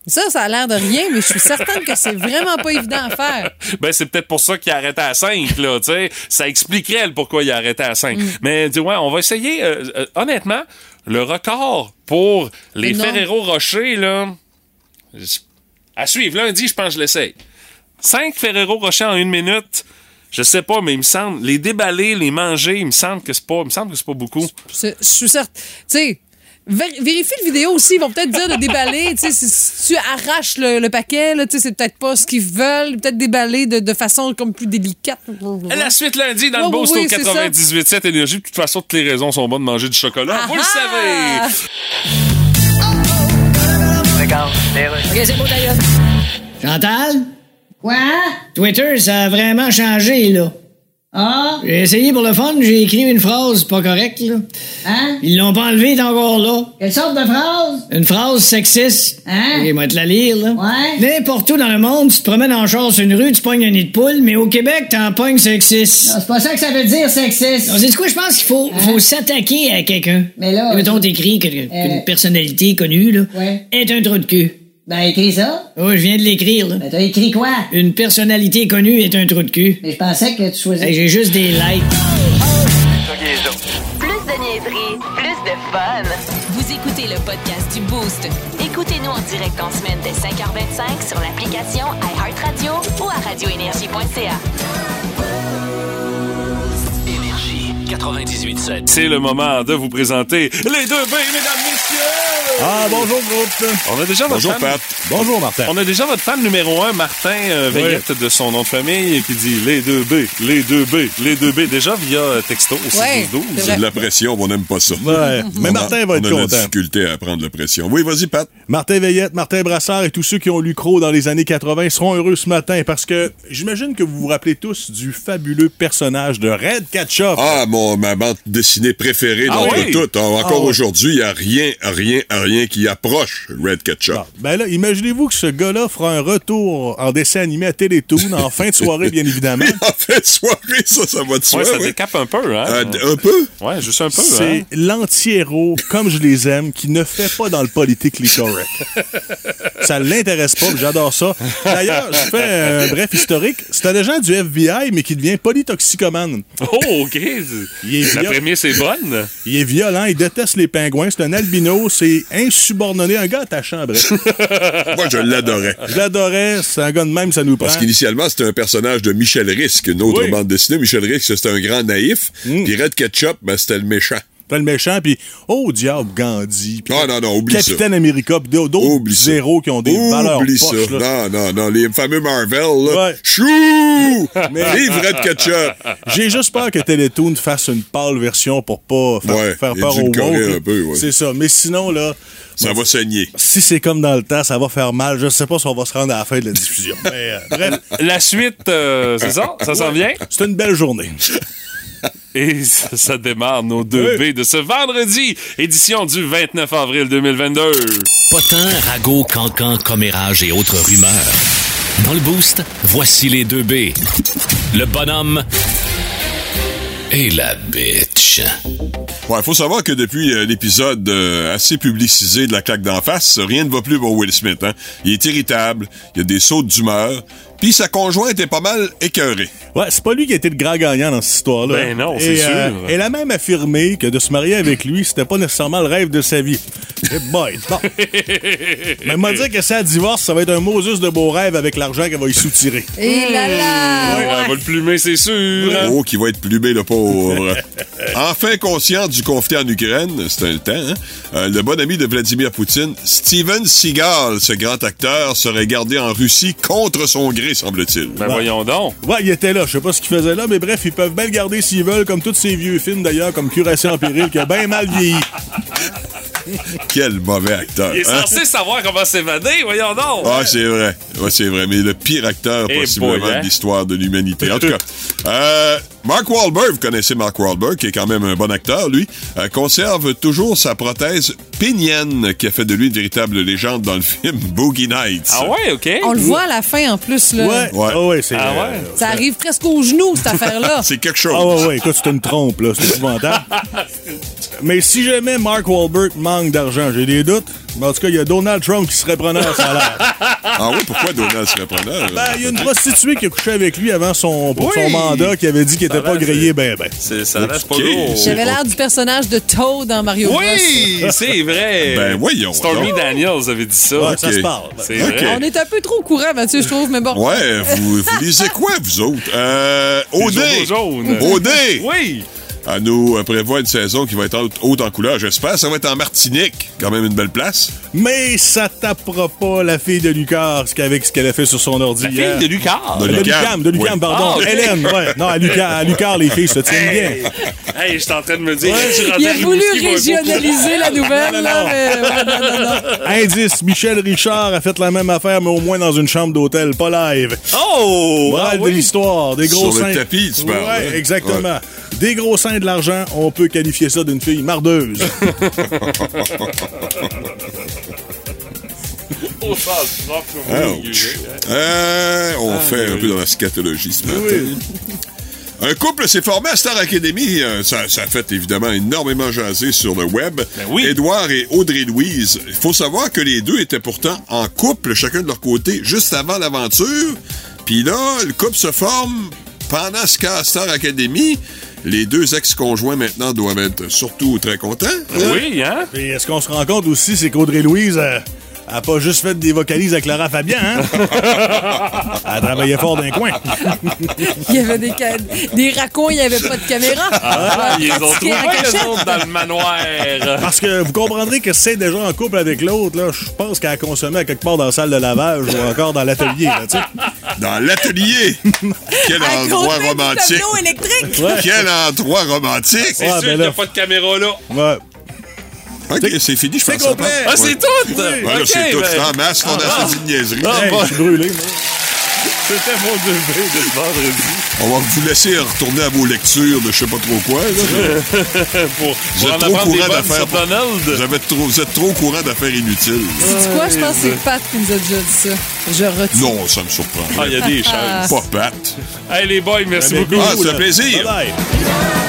Speaker 2: Ça, ça a l'air de rien, mais je suis certaine que c'est vraiment pas évident à faire.
Speaker 1: Ben, c'est peut-être pour ça qu'il a arrêté à 5, là, tu sais. Ça expliquerait le pourquoi il a arrêté à 5.
Speaker 2: Mm.
Speaker 1: Mais, tu vois, on va essayer, euh, euh, honnêtement, le record pour les
Speaker 2: Le nombre.
Speaker 1: Ferrero Rocher, là, j- à suivre. Lundi, je pense que je l'essaye. 5 Ferrero Rocher en une minute, je sais pas, mais il me semble, les déballer, les manger, il me semble que c'est pas, il me semble que c'est pas beaucoup.
Speaker 2: Je, je suis certaine. Tu sais, vér- vérifie le vidéo aussi. Ils vont peut-être dire de déballer. Tu sais, si, si tu arraches le, le paquet, là, tu sais, c'est peut-être pas ce qu'ils veulent. Peut-être déballer de, de façon comme plus délicate.
Speaker 1: À La suite lundi dans
Speaker 2: Oui,
Speaker 1: le Boost
Speaker 2: oui, oui,
Speaker 1: au
Speaker 2: c'est ça.
Speaker 1: 98.7
Speaker 2: Ah
Speaker 1: Énergie. De toute façon, toutes les raisons sont bonnes de manger du chocolat. Vous le savez!
Speaker 12: Regarde, les Russes.
Speaker 8: Ok, c'est beau ta gueule.
Speaker 7: Chantal?
Speaker 14: Quoi?
Speaker 7: Twitter, ça a vraiment changé, là.
Speaker 14: Ah?
Speaker 7: J'ai essayé pour le fun, j'ai écrit une phrase pas correcte, là.
Speaker 14: Hein?
Speaker 7: Ils l'ont pas enlevée, t'es encore là.
Speaker 14: Quelle sorte de phrase?
Speaker 7: Une phrase sexiste.
Speaker 14: Hein?
Speaker 7: Et moi, te la lire, là.
Speaker 14: Ouais.
Speaker 7: N'importe où dans le monde, tu te promènes en char sur une rue, tu pognes un nid de poule, mais au Québec, t'en pognes sexiste.
Speaker 14: Non, c'est pas ça que ça veut dire, sexiste. Hein?
Speaker 7: Non, c'est quoi, je pense qu'il faut, faut s'attaquer à quelqu'un.
Speaker 14: Mais là.
Speaker 7: Et Mettons, t'écris que- qu'une
Speaker 14: Euh.
Speaker 7: personnalité connue, là,
Speaker 14: Ouais.
Speaker 7: est un trou de cul.
Speaker 14: Ben, écris ça.
Speaker 7: Oh, je viens de l'écrire, là.
Speaker 14: Ben, t'as écrit quoi?
Speaker 7: Une personnalité connue est un trou de cul.
Speaker 14: Mais je pensais que tu choisis.
Speaker 7: Fait que J'ai juste des likes.
Speaker 3: Plus de niaiserie, plus de fun. Vous écoutez le podcast du Boost. Écoutez-nous en direct en semaine dès 5h25 sur l'application iHeartRadio ou à radioénergie.ca.
Speaker 5: 98.7.
Speaker 1: C'est le moment de vous présenter les deux B, mesdames, messieurs!
Speaker 15: Ah, bonjour, groupe.
Speaker 1: On a déjà
Speaker 15: Bonjour,
Speaker 1: votre fan.
Speaker 15: Pat. Bonjour, Martin.
Speaker 1: On a déjà votre fan numéro un, Martin euh,
Speaker 15: Oui.
Speaker 1: Veillette, de son nom de famille, qui dit les deux B, les deux B, les deux B. Déjà via euh, texto au
Speaker 2: Ouais,
Speaker 1: 612.
Speaker 2: c'est
Speaker 10: C'est de la pression, on n'aime pas ça.
Speaker 15: Mais
Speaker 10: On a-
Speaker 15: Martin va être
Speaker 10: On a de
Speaker 15: content.
Speaker 10: la difficulté à prendre la pression. Oui, vas-y, Pat.
Speaker 15: Martin Veillette, Martin Brassard et tous ceux qui ont lu Crow dans les années 80 seront heureux ce matin parce que j'imagine que vous vous rappelez tous du fabuleux personnage de Red Ketchup.
Speaker 10: Ah, mon, ma bande dessinée préférée
Speaker 15: Ah
Speaker 10: d'entre
Speaker 15: oui?
Speaker 10: toutes. Ah, encore
Speaker 15: Ah oui.
Speaker 10: aujourd'hui, il n'y a rien, rien, rien qui approche Red Ketchup.
Speaker 15: Ben là, imaginez-vous que ce gars-là fera un retour en dessin animé à Télétoon en fin de soirée, bien évidemment.
Speaker 10: en fin de soirée, ça, ça va de soi.
Speaker 1: Ouais, ça
Speaker 10: ouais.
Speaker 1: décape un peu, hein?
Speaker 10: Euh, d- un peu?
Speaker 1: Ouais, juste un peu,
Speaker 15: C'est
Speaker 1: hein?
Speaker 15: l'anti-héros, comme je les aime, qui ne fait pas dans le politically correct. ça l'intéresse pas, mais j'adore ça. D'ailleurs, je fais un bref historique. C'est un agent du FBI, mais qui devient polytoxicomane.
Speaker 1: Oh, OK.
Speaker 15: est
Speaker 1: La
Speaker 15: viol-
Speaker 1: première, c'est bonne.
Speaker 15: Il est violent, il déteste les pingouins, c'est un albino, c'est insubordonné, un gars attachant, bref.
Speaker 10: Moi, je l'adorais.
Speaker 15: Je l'adorais, c'est un gars de même, ça nous prend.
Speaker 10: Parce qu'initialement, c'était un personnage de Michel Risque, une autre
Speaker 15: Oui. Mm.
Speaker 10: bande dessinée. Michel Risque, c'était un grand naïf. Puis Red Ketchup, ben, c'était le méchant. Ah,
Speaker 15: T'as le méchant, puis oh diable, Gandhi. puis
Speaker 10: Non, non, non, oublie ça.
Speaker 15: Capitaine America, puis d'autres d'autres héros qui ont des valeurs
Speaker 10: Oublie ça.
Speaker 15: poches, là.
Speaker 10: Non, non, non. Les fameux Marvel, là.
Speaker 15: Ouais.
Speaker 10: Chou! Vive Red Ketchup!
Speaker 15: J'ai juste peur que Teletoon fasse une pâle version pour pas faire,
Speaker 10: Ouais,
Speaker 15: faire peur aux
Speaker 10: édulcorer
Speaker 15: woke.
Speaker 10: un peu, ouais.
Speaker 15: C'est ça. Mais sinon, là,
Speaker 10: Ça va saigner.
Speaker 15: si c'est comme dans le temps, ça va faire mal. Je sais pas si on va se rendre à la fin de la diffusion. Mais, euh, bref.
Speaker 1: La suite, euh, c'est ça? Ça s'en vient?
Speaker 15: C'est une belle journée.
Speaker 1: Et ça, ça démarre nos deux B de ce vendredi, édition du 29 avril 2022.
Speaker 5: Potin, ragots, cancan, commérage et autres rumeurs. Dans le boost, voici les deux B. Le bonhomme et la bitch.
Speaker 10: Ouais, faut savoir que depuis euh, l'épisode euh, assez publicisé de la claque d'en face, rien ne va plus pour Will Smith. Hein? Il est irritable, il y a des sautes d'humeur, puis sa conjointe est pas mal écœurée.
Speaker 15: Ouais, c'est pas lui qui a été le grand gagnant dans cette histoire-là.
Speaker 1: Ben non, c'est
Speaker 15: Et,
Speaker 1: sûr.
Speaker 15: elle a même affirmé que de se marier avec lui, c'était pas nécessairement le rêve de sa vie. Eh boy, bon. Mais m'a
Speaker 1: Hmm.
Speaker 15: dit que ça divorce, ça va être un Moses de beau rêve avec l'argent qu'elle va y soutirer.
Speaker 2: Et Eh là là!
Speaker 1: Ouais, On va le plumer, c'est sûr. hein?
Speaker 10: Oh, qui va être plumé, le pauvre. enfin conscient du conflit en Ukraine, c'est un temps, hein, euh, le bon ami de Vladimir Poutine, Steven Seagal, ce grand acteur, serait gardé en Russie contre son gré, semble-t-il.
Speaker 1: Ben voyons donc.
Speaker 15: Ouais, il était là. Je sais pas ce qu'il faisait là, mais bref, ils peuvent bien le garder s'ils veulent, comme tous ces vieux films d'ailleurs, comme Cuirassé en péril, qui a bien mal vieilli.
Speaker 10: Quel mauvais acteur.
Speaker 1: Il est
Speaker 10: hein?
Speaker 1: censé savoir comment s'évader, voyons donc.
Speaker 10: Ah, c'est vrai. Ouais, c'est vrai. Mais le pire acteur
Speaker 1: Eh
Speaker 10: possiblement
Speaker 1: boy, hein?
Speaker 10: de l'histoire de l'humanité. En tout cas, euh, Mark Wahlberg, vous connaissez Mark Wahlberg, qui est quand même un bon acteur, lui, euh, conserve toujours sa prothèse pénienne qui a fait de lui une véritable légende dans le film Boogie Nights.
Speaker 1: Ah ouais, OK.
Speaker 2: On le voit à la fin en plus, là.
Speaker 15: Ouais, ouais, ouais, c'est.
Speaker 1: Ah
Speaker 15: euh,
Speaker 1: ouais?
Speaker 2: Ça arrive presque aux genoux, cette affaire-là.
Speaker 10: C'est quelque
Speaker 15: Ah
Speaker 10: chose.
Speaker 15: ouais, ouais, écoute, c'est une trompe, là, c'est épouvantable. Mais si jamais Mark Wahlberg manque d'argent, j'ai des doutes. Mais en tout cas, il y a Donald Trump qui serait preneur à salaire.
Speaker 10: Ah ouais, pourquoi Donald serait preneur?
Speaker 15: Ben, il y a une prostituée qui a couché avec lui avant son, pour son
Speaker 1: Oui.
Speaker 15: mandat qui avait dit qu'il
Speaker 1: Ça
Speaker 15: était pas
Speaker 1: va,
Speaker 15: grillé, ben, ben.
Speaker 1: C'est- Ça reste pas
Speaker 10: Ok.
Speaker 1: gros.
Speaker 2: J'avais l'air du personnage de Toad dans Mario Bros.
Speaker 1: Oui, c'est vrai.
Speaker 10: Ben, voyons
Speaker 1: Stormy
Speaker 10: donc.
Speaker 1: Daniels avait dit ça.
Speaker 15: Ouais, ça
Speaker 10: Ok.
Speaker 15: se parle.
Speaker 1: C'est
Speaker 10: Ok.
Speaker 1: vrai.
Speaker 2: On est un peu trop au courant, Mathieu, je trouve, mais bon.
Speaker 10: Ouais, vous, vous lisez quoi, vous autres? Euh,
Speaker 1: Les
Speaker 10: OD!
Speaker 1: journaux jaunes.
Speaker 10: OD!
Speaker 1: Oui.
Speaker 10: Elle nous euh, prévoit une saison qui va être haute- haute en couleur, j'espère. Ça va être en Martinique, quand même une belle place.
Speaker 15: Mais ça tapera pas la fille de Lucas qu'avec ce qu'elle a fait sur son ordi.
Speaker 1: La fille
Speaker 15: hier.
Speaker 1: de Lucar?
Speaker 15: De
Speaker 1: De Lucar.
Speaker 15: Lucam, de Lucam,
Speaker 1: Oui.
Speaker 15: pardon.
Speaker 1: Ah, ok.
Speaker 15: Hélène, ouais. Non, à Lucas, à Lucar, les filles se tiennent bien.
Speaker 1: Hey, je suis en train de me dire. je suis rendu
Speaker 2: Il
Speaker 1: à
Speaker 2: a voulu
Speaker 1: Rimouski pour un beau
Speaker 2: régionaliser
Speaker 1: coup.
Speaker 2: la nouvelle,
Speaker 15: Non, non,
Speaker 2: là,
Speaker 15: non.
Speaker 2: mais- ouais, non, non, non.
Speaker 15: Indice, Michel Richard a fait la même affaire, mais au moins dans une chambre d'hôtel, pas live.
Speaker 1: Oh!
Speaker 15: Morale
Speaker 1: ah
Speaker 15: de
Speaker 1: oui.
Speaker 15: l'histoire, des gros
Speaker 10: Sur le
Speaker 15: seins.
Speaker 10: tapis, tu
Speaker 15: Ouais,
Speaker 10: parles, hein?
Speaker 15: exactement. Des gros seins de l'argent, on peut qualifier ça d'une fille mardeuse.
Speaker 1: Au sens propre, oui.
Speaker 10: Ouch. Euh, on fait un peu dans la scatologie ce matin. Un couple s'est formé à Star Academy. Euh, Ça, ça a fait évidemment énormément jaser sur le web. Édouard et Audrey Louise. Il faut savoir que les deux étaient pourtant en couple, chacun de leur côté, juste avant l'aventure. Puis là, le couple se forme pendant ce cas à Star Academy. Les deux ex-conjoints maintenant doivent être surtout très contents.
Speaker 1: Oui, hein?
Speaker 15: Puis est-ce qu'on se rend compte aussi, c'est qu'Audrey Louise euh, a pas juste fait des vocalises avec Lara Fabian, hein? Elle travaillait fort d'un coin.
Speaker 2: Il y avait des, ca- des racons, il n'y avait pas de caméra.
Speaker 1: Ah,
Speaker 2: Ouais,
Speaker 1: ils ont
Speaker 2: pratiquer
Speaker 1: trouvé
Speaker 2: en
Speaker 1: les
Speaker 2: cachette.
Speaker 1: autres dans le manoir.
Speaker 15: Parce que vous comprendrez que c'est déjà en couple avec l'autre, là, je pense qu'elle a consommé à quelque part dans la salle de lavage ou encore dans l'atelier, là, tu sais.
Speaker 10: Dans l'atelier! Quel endroit romantique!
Speaker 2: tableau électrique.
Speaker 15: Ouais.
Speaker 10: Quel endroit romantique! ben
Speaker 1: C'est sûr qu'il n'y a pas de caméra là.
Speaker 15: Ouais.
Speaker 10: OK, c'est fini, je pense. à part.
Speaker 1: Ah, c'est
Speaker 10: Ouais.
Speaker 1: tout!
Speaker 10: Ouais, là,
Speaker 1: Ok,
Speaker 10: c'est tout.
Speaker 1: ben- Ah,
Speaker 10: C'est en masse qu'on a fait une niaiserie.
Speaker 15: Hey, je suis brûlé, moi.
Speaker 1: C'était mon devoir de ce vendredi.
Speaker 10: On va vous laisser retourner à vos lectures de je sais pas trop quoi. là.
Speaker 1: pour
Speaker 10: Vous
Speaker 1: pour
Speaker 10: êtes
Speaker 1: en
Speaker 10: trop au
Speaker 1: apprendre
Speaker 10: courant
Speaker 1: des bonnes sur
Speaker 10: d'affaires. pour-
Speaker 1: Donald.
Speaker 10: Vous, avez trop- vous êtes trop au courant d'affaires inutiles.
Speaker 2: C'est quoi? Je pense que c'est Pat qui nous a déjà dit ça. Je retire.
Speaker 10: Non, ça me surprend.
Speaker 1: Ah, il y a des chances.
Speaker 10: Pas Pat.
Speaker 1: Hey les boys, merci
Speaker 15: Avec
Speaker 1: beaucoup.
Speaker 10: Ah, c'est
Speaker 15: là.
Speaker 10: un plaisir.
Speaker 15: Bye-bye.